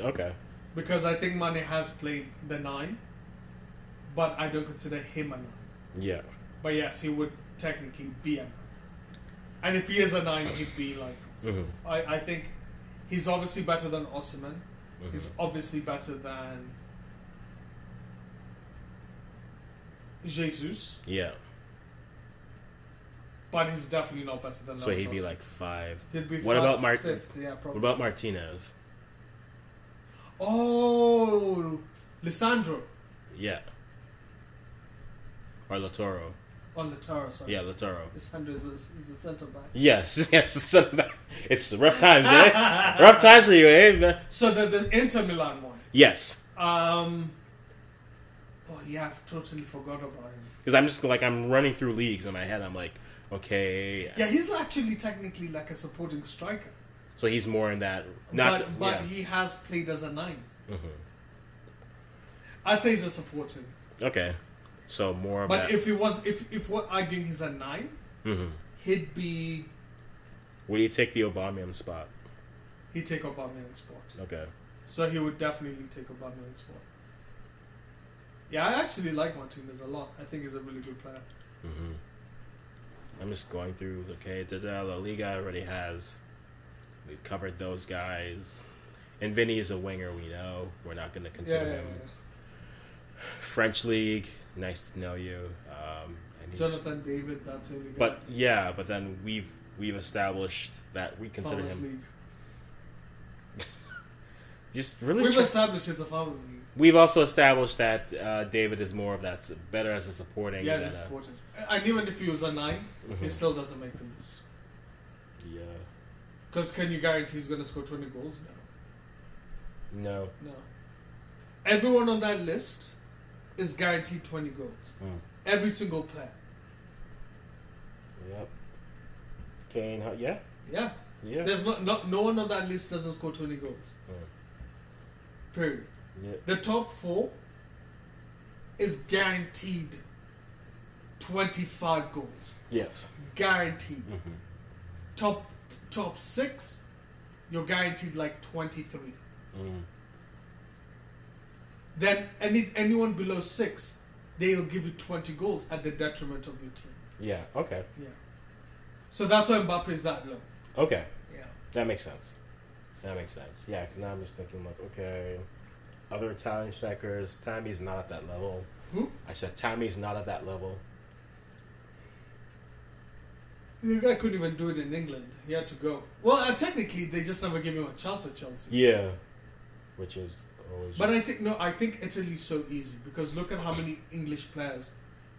okay.
because I think Mane has played the nine, but I don't consider him a nine.
Yeah.
But yes, he would technically be a nine, and if he is a nine, he'd be like.
Mhm.
I, I think he's obviously better than Osman.
Mm-hmm.
He's obviously better than Jesus,
Yeah.
but he's definitely not better than.
So he'd be
Lewandowski.
like five.
He'd be
What
fi-
about Mart-
Fifth, yeah, probably.
What about Martinez?
Oh, Lissandro
Yeah. Or Latoro.
on the tower. Oh, Sorry.
Yeah, Latoro.
Lissandro is, is, is the centre back.
Yes, yes. It's rough times, eh? rough times for you, eh? man?
So the the Inter Milan one.
Yes,
Um. Oh yeah, I've totally forgot about him.
because I'm just like I'm running through leagues in my head. I'm like, okay,
Yeah, he's actually technically like a supporting striker,
so he's more in that. Not,
but, but
yeah.
he has played as a 9
Mhm.
I'd say he's a supporting.
okay, so more.
But
about,
if he was, if if we're arguing he's a nine,
Mhm.
he'd be
would you take the Obamium spot?
he'd take Aubameyang's spot.
Okay.
So he would definitely take Aubameyang's spot. Yeah, I actually like Martinez a lot. I think he's a really good player.
hmm I'm just going through. Okay, da- da- La Liga already has. We covered those guys. And Vinny is a winger. We know we're not going to
Yeah,
consider
yeah, yeah,
him. French league. Nice to know you. Um, and
yeah.
he's-
Jonathan David, that's him. again.
But yeah, but then we've we've established that we consider
Farmers
him
League.
just really.
We've
tr-
established it's a farmers league.
we've also established that uh, David is more of that s- better as a supporting.
Yeah,
than
it's
a-
important. And even if he was a nine,
Mhm.
he still doesn't make the list.
yeah.
Because can you guarantee he's going to score 20 goals? No.
No.
No. Everyone on that list is guaranteed 20 goals.
Mm.
Every single player.
Yep. Kane. huh? Yeah.
Yeah.
Yeah.
There's not, not no one on that list doesn't score 20 goals.
Mm.
Period.
Yeah.
The top four is guaranteed 25 goals.
Yes.
Guaranteed.
Mm-hmm.
Top top six, you're guaranteed like 23.
Mm.
Then any anyone below six, they'll give you 20 goals at the detriment of your team.
Yeah. Okay.
Yeah. So that's why Mbappe is that low.
Okay.
Yeah.
That makes sense. That makes sense. Yeah, because now I'm just thinking like, okay, other Italian strikers. Tammy's not at that level.
Who?
I said Tammy's not at that level.
The guy couldn't even do it in England. He had to go. Well, uh, technically, they just never gave him a chance at Chelsea.
Yeah, which is always.
But I think no, I think Italy's so easy because look at how many English players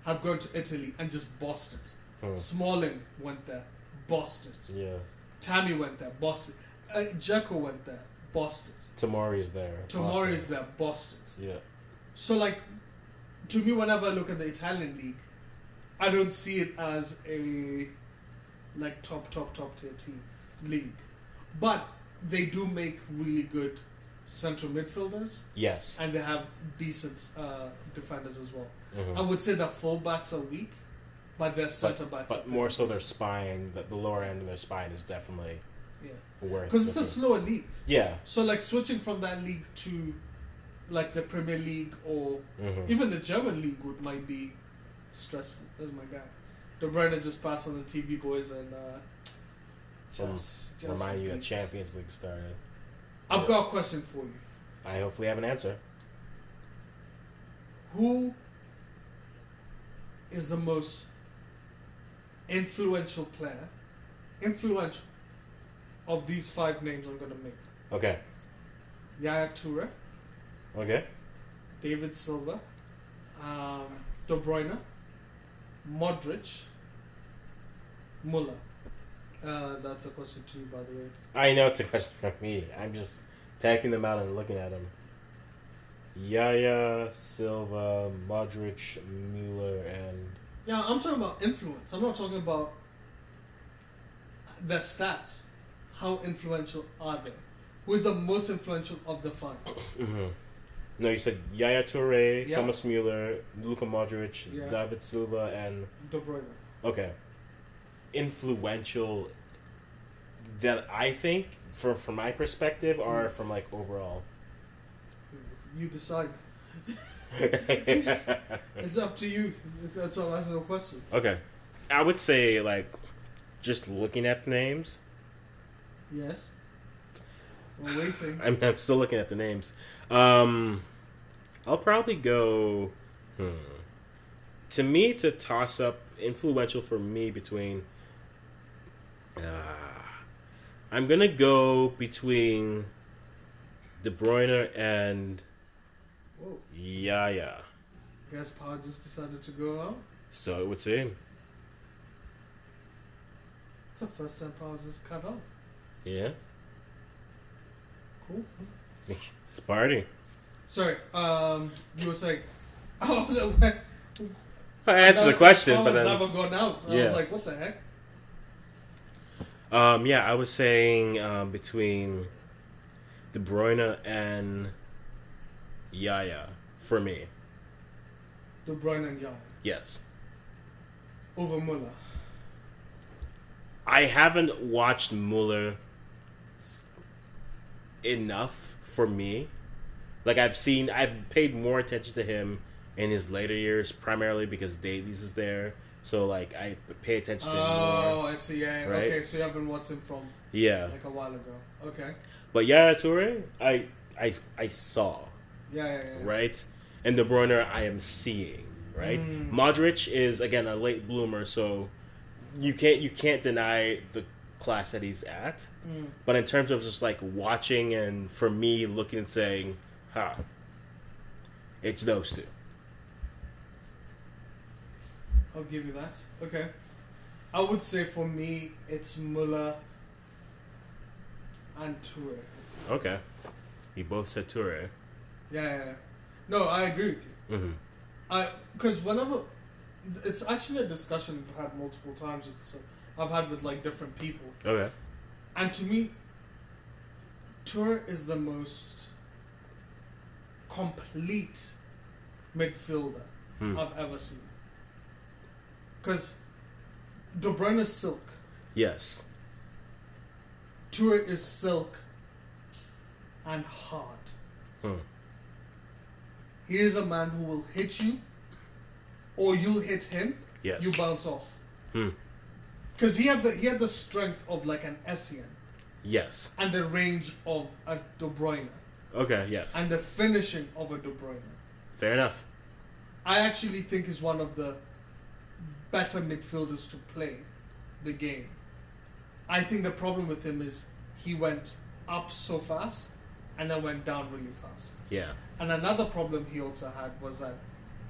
have gone to Italy and just bossed it.
Hmm.
Smalling went there, bossed it.
yeah,
Tammy went there, bossed it. Uh, Dzeko went there, bossed it.
Tamari's there.
Tomori is
Boston.
there, bossed it.
Yeah,
So like, to me, whenever I look at the Italian league, I don't see it as a like top top top tier team league, but they do make really good central midfielders
yes.
and they have decent uh, defenders as well.
Mhm.
I would say that fullbacks are weak, but their centre backs.
but, but
are
more
pretty
so their
decent.
spine, the, the lower end of their spine is definitely
yeah
worth.
because it's a
looking-
slower league.
yeah,
So like switching from that league to like the Premier League or
Mhm.
even the German league would might be stressful. That's my guy. De Bruyne just passed on the TV boys and uh,
Rem-
just, just
remind you that
beast.
Champions League started.
I've got a question for you.
I hopefully have an answer.
Who is the most influential player? Influential of these five names I'm gonna make:
Okay.
Yaya Toure,
Okay.
David Silva, um, De Bruyne, Modric, Muller. Uh, that's a question to you, by the way.
I know it's a question from me. I'm just taking them out and looking at them. Yaya, Silva, Modric, Mueller, and
Yeah, I'm talking about influence. I'm not talking about their stats. How influential are they? Who is the most influential of the five?
Mm-hmm. no, you said Yaya Toure,
Yeah.
Thomas Mueller, Luka Modric,
Yeah.
David Silva, and
De Bruyne.
okay, influential. That I think, from from my perspective, are from like overall.
You decide. It's up to you. That's all. That's the question.
okay, I would say like just looking at the names.
Yes. We're waiting.
I'm, I'm still looking at the names. Um, I'll probably go. Hmm. To me, it's a toss up. Influential for me between. Uh, I'm gonna go between De Bruyne and
Whoa.
Yaya.
Guess Power just decided to go out.
So it would seem.
It's the first time Power's just cut off.
Yeah,
Cool.
it's a party.
Sorry. Um, you were saying. I was aware.
I answered the question, but
Power's
then.
never gone out. I
Yeah.
was like, what the heck?
Um, yeah, I was saying um, between De Bruyne and Yaya for me.
De Bruyne and Young
Yes,
over Muller.
I haven't watched Mueller enough for me. Like I've seen, I've paid more attention to him in his later years, primarily because Davies is there. So like I pay attention to him
Oh,
more.
I see. Yeah. yeah.
Right?
Okay, so you haven't watched him from
Yeah,
like a while ago. Okay.
but Yaya Toure, I I I saw
Yeah, yeah, yeah.
right? And De Bruyne, I am seeing right.
Mm.
Modric is again a late bloomer, so you can't you can't deny the class that he's at.
Mm.
But in terms of just like watching and for me looking and saying, "Ha, it's those two.
I'll give you that. Okay. I would say for me, it's Muller and Toure.
Okay, you both said Toure.
Yeah, yeah, yeah. No, I agree with you.
hmm
I because whenever it's actually a discussion I've had multiple times. It's uh, I've had with like different people,
Okay.
and to me, Tour is the most complete midfielder
Hmm.
I've ever seen. Because De Bruyne is silk,
Yes.
Tour is silk, and hard.
Hmm.
He is a man who will hit you, or you'll hit him.
Yes.
You bounce off.
Hmm.
Because he had the he had the strength of like an Essien
Yes.
and the range of a De Bruyne
Okay. Yes.
and the finishing of a De Bruyne.
Fair enough.
I actually think is one of the better midfielders to play the game. I think the problem with him is he went up so fast and then went down really fast.
Yeah.
And another problem he also had was that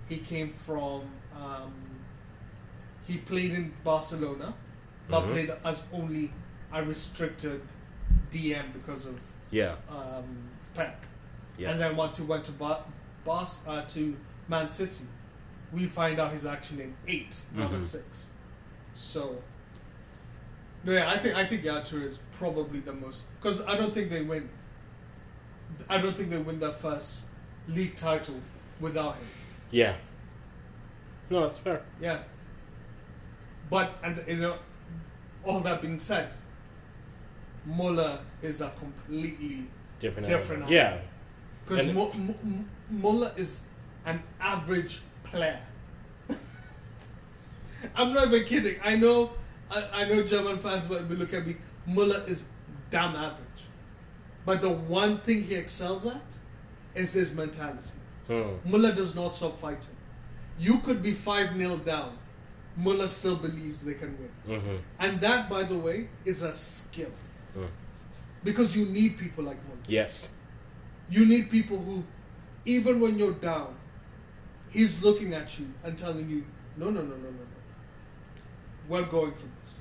he came from um, he played in Barcelona, but
Mhm.
played as only a restricted DM because of
Yeah.
um, Pep.
Yeah.
And then once he went to Bar- Bas- uh, to Man City, we find out he's actually an 8 not a
Mhm.
six. So. No, yeah, I think I think Yatur is probably the most because I don't think they win. I don't think they win their first league title without him.
yeah. No, that's fair.
Yeah. But and you know, all that being said, Muller is a completely
Different.
Different
animal. Yeah.
because
And-
Mu- Mu- Mu- Muller is an average player. I'm not even kidding. I know, I, I know German fans might be looking at me. Muller is damn average, but the one thing he excels at is his mentality.
Hmm.
Muller does not stop fighting. You could be five 0 down. Muller still believes they can win,
hmm
and that, by the way, is a skill
Mm.
because you need people like Muller.
Yes.
You need people who, even when you're down, he's looking at you and telling you, no, no, no, no, no, no. We're going for this.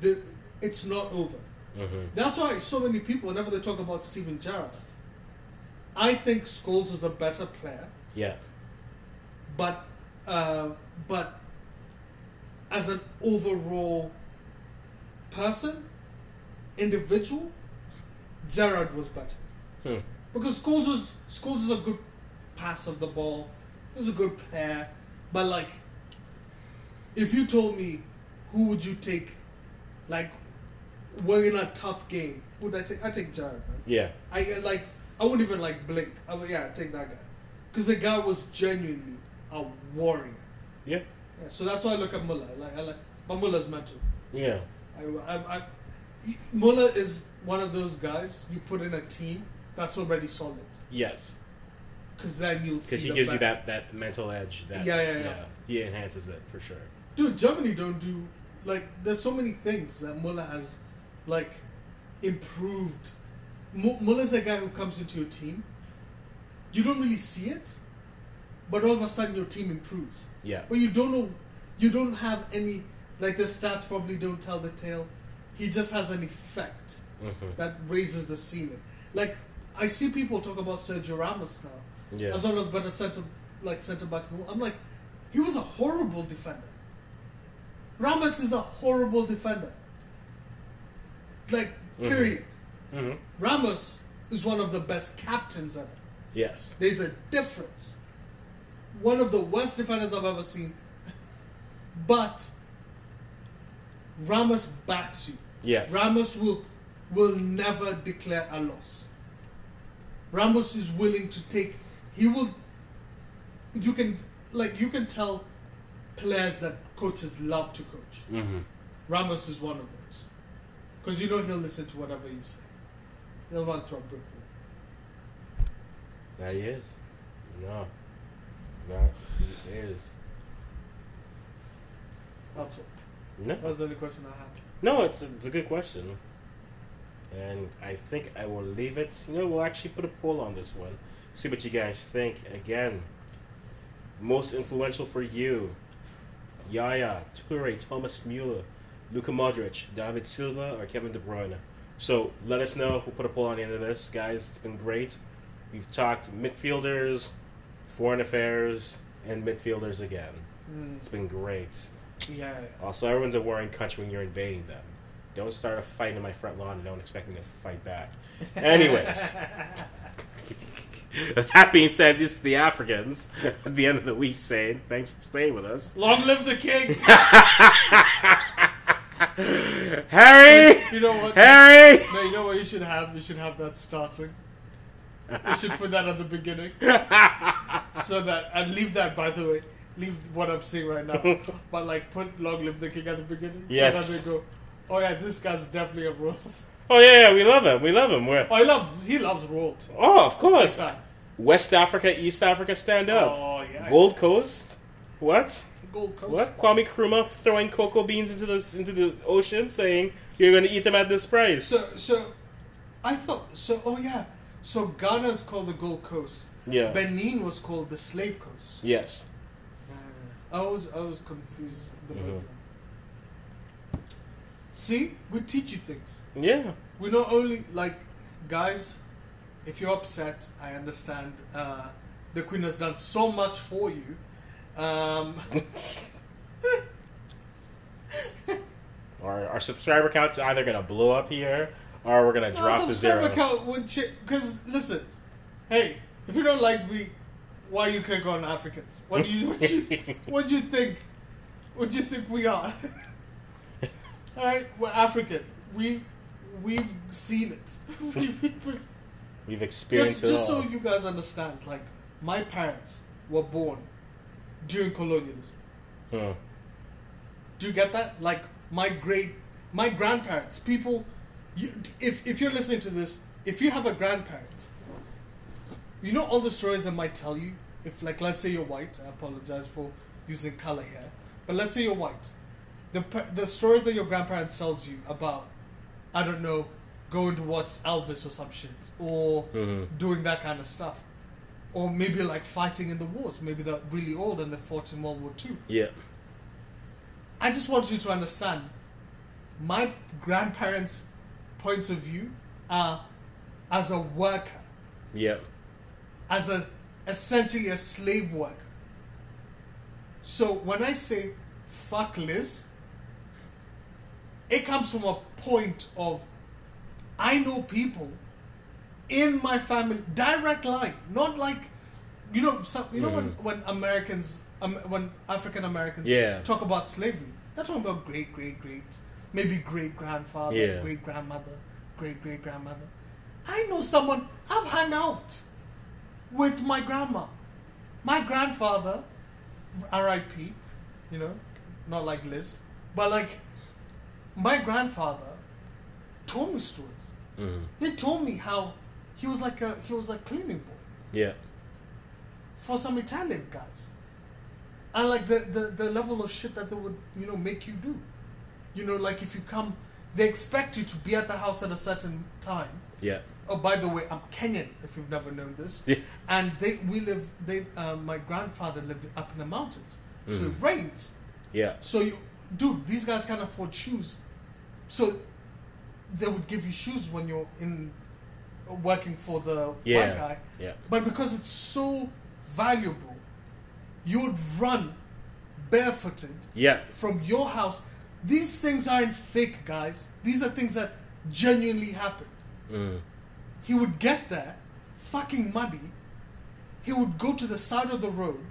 Th- It's not over.
hmm
That's why so many people, whenever they talk about Steven Gerrard, I think Scholes is a better player,
Yeah.
but, uh, but as an overall person, individual, Gerrard was better.
Hmm.
Because Scholes was Scholes is a good pass of the ball. He's a good player, but like, if you told me who would you take, like, we're in a tough game, would I take? I take Jared, man.
Yeah.
I uh, like. I wouldn't even like blink. I would, yeah, I'd take that guy, because the guy was genuinely a warrior.
Yeah.
Yeah, so that's why I look at Muller. Like, I like, but Muller's mental.
Yeah.
I, I, I, he- Muller is one of those guys you put in a team that's already solid.
Yes.
Because then you'll see.
Because he
the
gives you
best.
that, that mental edge. That,
Yeah, yeah, yeah.
He enhances it for sure.
Dude, Germany don't do like. There's so many things that Muller has, like, improved. Mu- Muller's a guy who comes into your team. You don't really see it, but all of a sudden your team improves.
Yeah.
But you don't know. You don't have any like the stats probably don't tell the tale. He just has an effect
Mhm.
that raises the ceiling. Like I see people talk about Sergio Ramos now.
Yeah.
as one of the better centre like centre backs in the world. I'm like, he was a horrible defender. Ramos is a horrible defender. Like,
Mhm.
period.
Mhm.
Ramos is one of the best captains ever.
Yes.
There's a difference. One of the worst defenders I've ever seen. But Ramos backs you.
Yes.
Ramos will will never declare a loss. Ramos is willing to take. He will. You can like you can tell players that coaches love to coach.
Mm-hmm.
Ramos is one of those. Because you know he'll listen to whatever you say. He'll run through a brick wall.
That he is. No. That he is.
That's all. That
No.
was the only question I had.
No, it's a, it's a good question. And I think I will leave it. You know, we'll actually put a poll on this one. See what you guys think. Again, most influential for you Yaya, Toure, Thomas Mueller, Luka Modric, David Silva, or Kevin De Bruyne? So let us know. We'll put a poll on the end of this. Guys, it's been great. We've talked midfielders, foreign affairs, and midfielders again. It's been great.
Yeah, yeah.
Also, everyone's a warring country when you're invading them. Don't start a fight in my front lawn and don't expect me to fight back. Anyways, that being said, this is the Africans at the end of the week saying thanks for staying with us.
Long live the king!
Harry!
You know what?
Harry!
No, you know what you should have? You should have that starting. You should put that at the beginning. so that, and leave that, by the way. Leave what I'm saying right now. But, like, put Long Live the King at the beginning.
Yes.
So that they go, oh, yeah, this guy's definitely a world.
Oh yeah, yeah, we love him. We love him. We're
Oh, he loves, he loves world.
oh, of course.
Oh,
West Africa, East Africa, stand up.
yeah.
Gold Coast. What?
Gold Coast.
What? Kwame Nkrumah throwing cocoa beans into the into the ocean, saying you're going to eat them at this price.
So, so, I thought, so, oh, yeah. So, Ghana's called the Gold Coast.
yeah.
Benin was called the Slave Coast.
yes. Mm-hmm.
I was I was confused. The both of
Mhm.
them. See, we teach you things.
Yeah.
We not only like guys. If you're upset, I understand. Uh, the queen has done so much for you. Um,
Our our subscriber count's either going to blow up here or we're going to drop to zero.
Because listen, hey, if you don't like me, why you click on Africans? What do you what you, what do you think? What do you think we are? All right, we're African. We we've seen it. We've-
We've experienced
just
it
just
all.
so you guys understand, like my parents were born during colonialism.
Hmm.
Do you get that? Like my great, my grandparents, people. You, if if you're listening to this, if you have a grandparent, you know all the stories they might tell you. If like let's say you're white, I apologize for using color here, but let's say you're white, the pa- the stories that your grandparents tells you about, I don't know, going to watch Elvis or some shit, or
Mhm.
doing that kind of stuff, or maybe like fighting in the wars. Maybe they're really old and they fought in World War Two.
Yeah.
I just want you to understand my grandparents' points of view are as a worker,
Yeah.
as a essentially a slave worker. So when I say fuck Liz, it comes from a point of I know people in my family, direct line, not like you know, some, you know when when Americans, um, when African Americans
Yeah.
talk about slavery, they're talking about great, great, great, maybe great grandfather,
Yeah.
great grandmother, great great grandmother. I know someone I've hung out with my grandma, my grandfather, R.I.P. You know, not like Liz, but like my grandfather told me stories.
Mhm.
He told me how he was like a he was a cleaning boy
Yeah.
for some Italian guys, and like the, the the level of shit that they would you know make you do, you know like if you come, they expect you to be at the house at a certain time.
Yeah.
Oh, by the way, I'm Kenyan. If you've never known this,
Yeah.
and they we live they uh, my grandfather lived up in the mountains, so it rains.
Yeah.
So you, dude, these guys can't afford shoes, so they would give you shoes when you're in working for the white
Yeah.
guy.
Yeah.
But because it's so valuable, you would run barefooted
Yeah.
from your house. These things aren't fake, guys. These are things that genuinely happen.
Mm.
He would get there, fucking muddy. He would go to the side of the road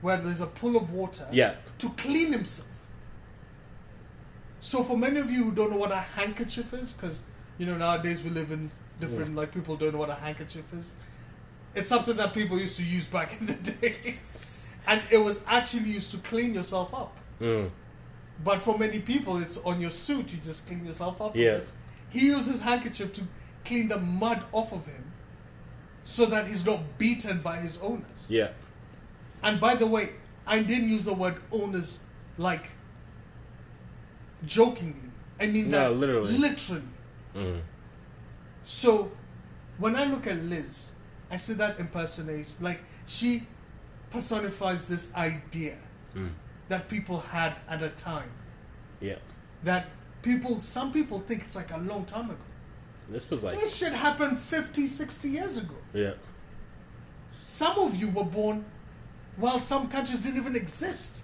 where there's a pool of water
Yeah.
to clean himself. So, for many of you who don't know what a handkerchief is, because you know nowadays we live in different like people don't know what a handkerchief is. It's something that people used to use back in the days. And it was actually used to clean yourself up.
Mm.
But for many people, it's on your suit. You just clean yourself up. with
Yeah.
it. He used his handkerchief to clean the mud off of him so that he's not beaten by his owners.
Yeah.
And by the way, I didn't use the word owners like jokingly. I mean
No,
that
literally.
Literally.
Mm.
So when I look at Liz, I see that impersonation. Like she personifies this idea
Mm.
that people had at a time.
Yeah.
That people, some people think it's like a long time ago.
This was like.
This shit happened 50, 60 years ago.
Yeah.
Some of you were born while some countries didn't even exist.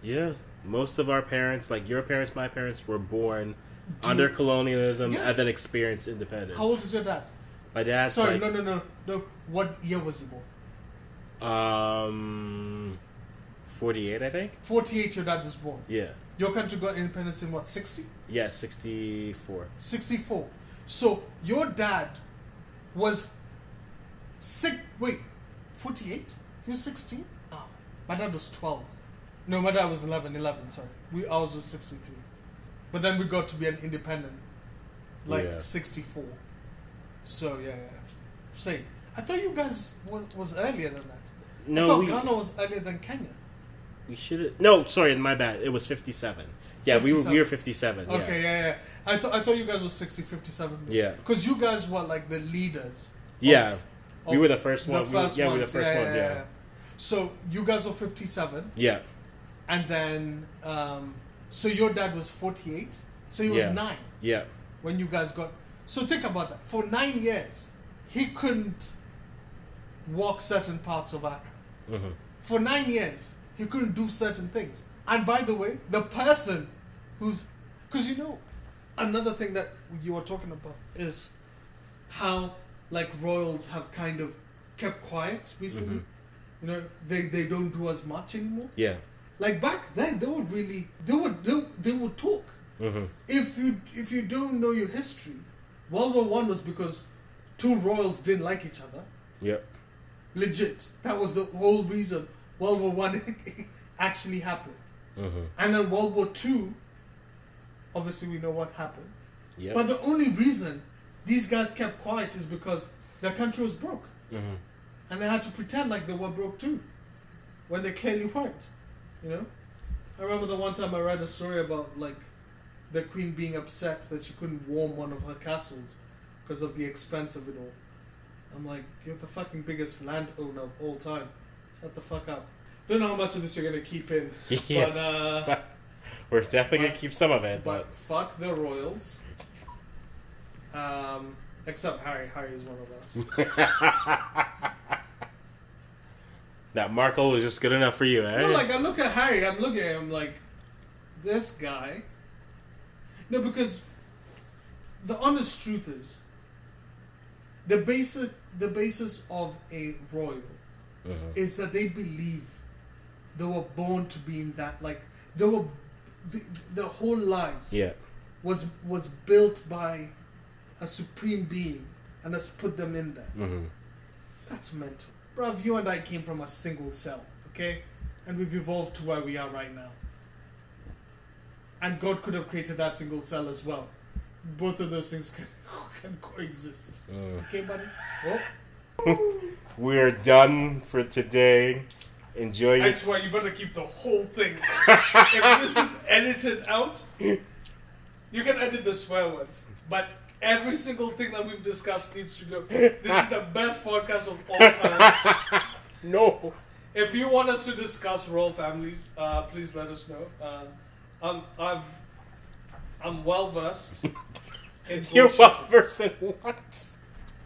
Yeah. Most of our parents, like your parents, my parents, were born under colonialism
Yeah.
and then experienced independence.
How old is your dad?
my dad's
Sorry,
like,
no, no, no, no. What year was he born?
um, forty-eight, I think.
48, your dad was born.
Yeah.
Your country got independence in what, 60?
Yeah. Sixty-four.
64. So your dad was six. Wait, 48? He was 16? Oh, my dad was 12. No, my dad was 11. 11, sorry. We, I was just 63. But then we got to be an independent, like
Yeah.
64. So yeah, yeah, same. I thought you guys was, was earlier than that. I
No,
thought
we,
Ghana was earlier than Kenya.
we should have. No, sorry, my bad. It was fifty-seven. Yeah, we were we were fifty-seven.
Okay, yeah, yeah. I thought I thought you guys were 60, 57.
Yeah. Yeah.
Because you guys were like the leaders. of-
Yeah. we
of
were the first
Oh, the
one. we,
first
yeah, we were the
ones.
first
Yeah,
one.
yeah,
Yeah.
yeah. So you guys were 57,
Yeah.
and then um, so your dad was 48, so he was
Yeah.
nine
Yeah.
when you guys got. So think about that. For nine years, he couldn't walk certain parts of Accra.
hmm
For nine years, he couldn't do certain things. And by the way, the person who's. Because you know, another thing that you were talking about is how, like, royals have kind of kept quiet recently. You know, they, they don't do as much anymore.
Yeah.
Like, back then, they would really. They would, they, they would talk.
hmm
If you, if you don't know your history, World War One was because two royals didn't like each other
Yep.
legit. That was the whole reason World War One actually happened.
Mm-hmm.
And then World War Two, obviously we know what happened.
Yep.
But the only reason these guys kept quiet is because their country was broke,
Mhm.
and they had to pretend like they were broke too, when they clearly weren't. You know, I remember the one time I read a story about like the queen being upset that she couldn't warm one of her castles because of the expense of it all. I'm like, you're the fucking biggest landowner of all time. Shut the fuck up. Don't know how much of this you're gonna keep in,
Yeah.
but uh,
But we're definitely gonna
But-
keep some of it, but
but fuck the royals. Um, except Harry. Harry is one of us.
that Marco was just good enough for you, eh?
no, like I look at Harry, I'm looking at him like this guy. No, because the honest truth is the basic the basis of a royal
Mhm.
is that they believe they were born to be in that like they were the, their whole lives
Yeah.
was was built by a supreme being and has put them in there.
hmm
That's mental. Bruv, you and I came from a single cell, okay? And we've evolved to where we are right now. And God could have created that single cell as well. Both of those things can, can coexist. Okay, buddy? Oh. Well,
Mm-hmm. We're done for today. Enjoy your.
I swear, you better keep the whole thing. if this is edited out, you can edit the swear words. But every single thing that we've discussed needs to go. This is the best podcast of all time. Oh,
no.
If you want us to discuss royal families, uh, please let us know. Uh, I'm, I've, I'm well versed. in
You're
bullshit.
one person. What?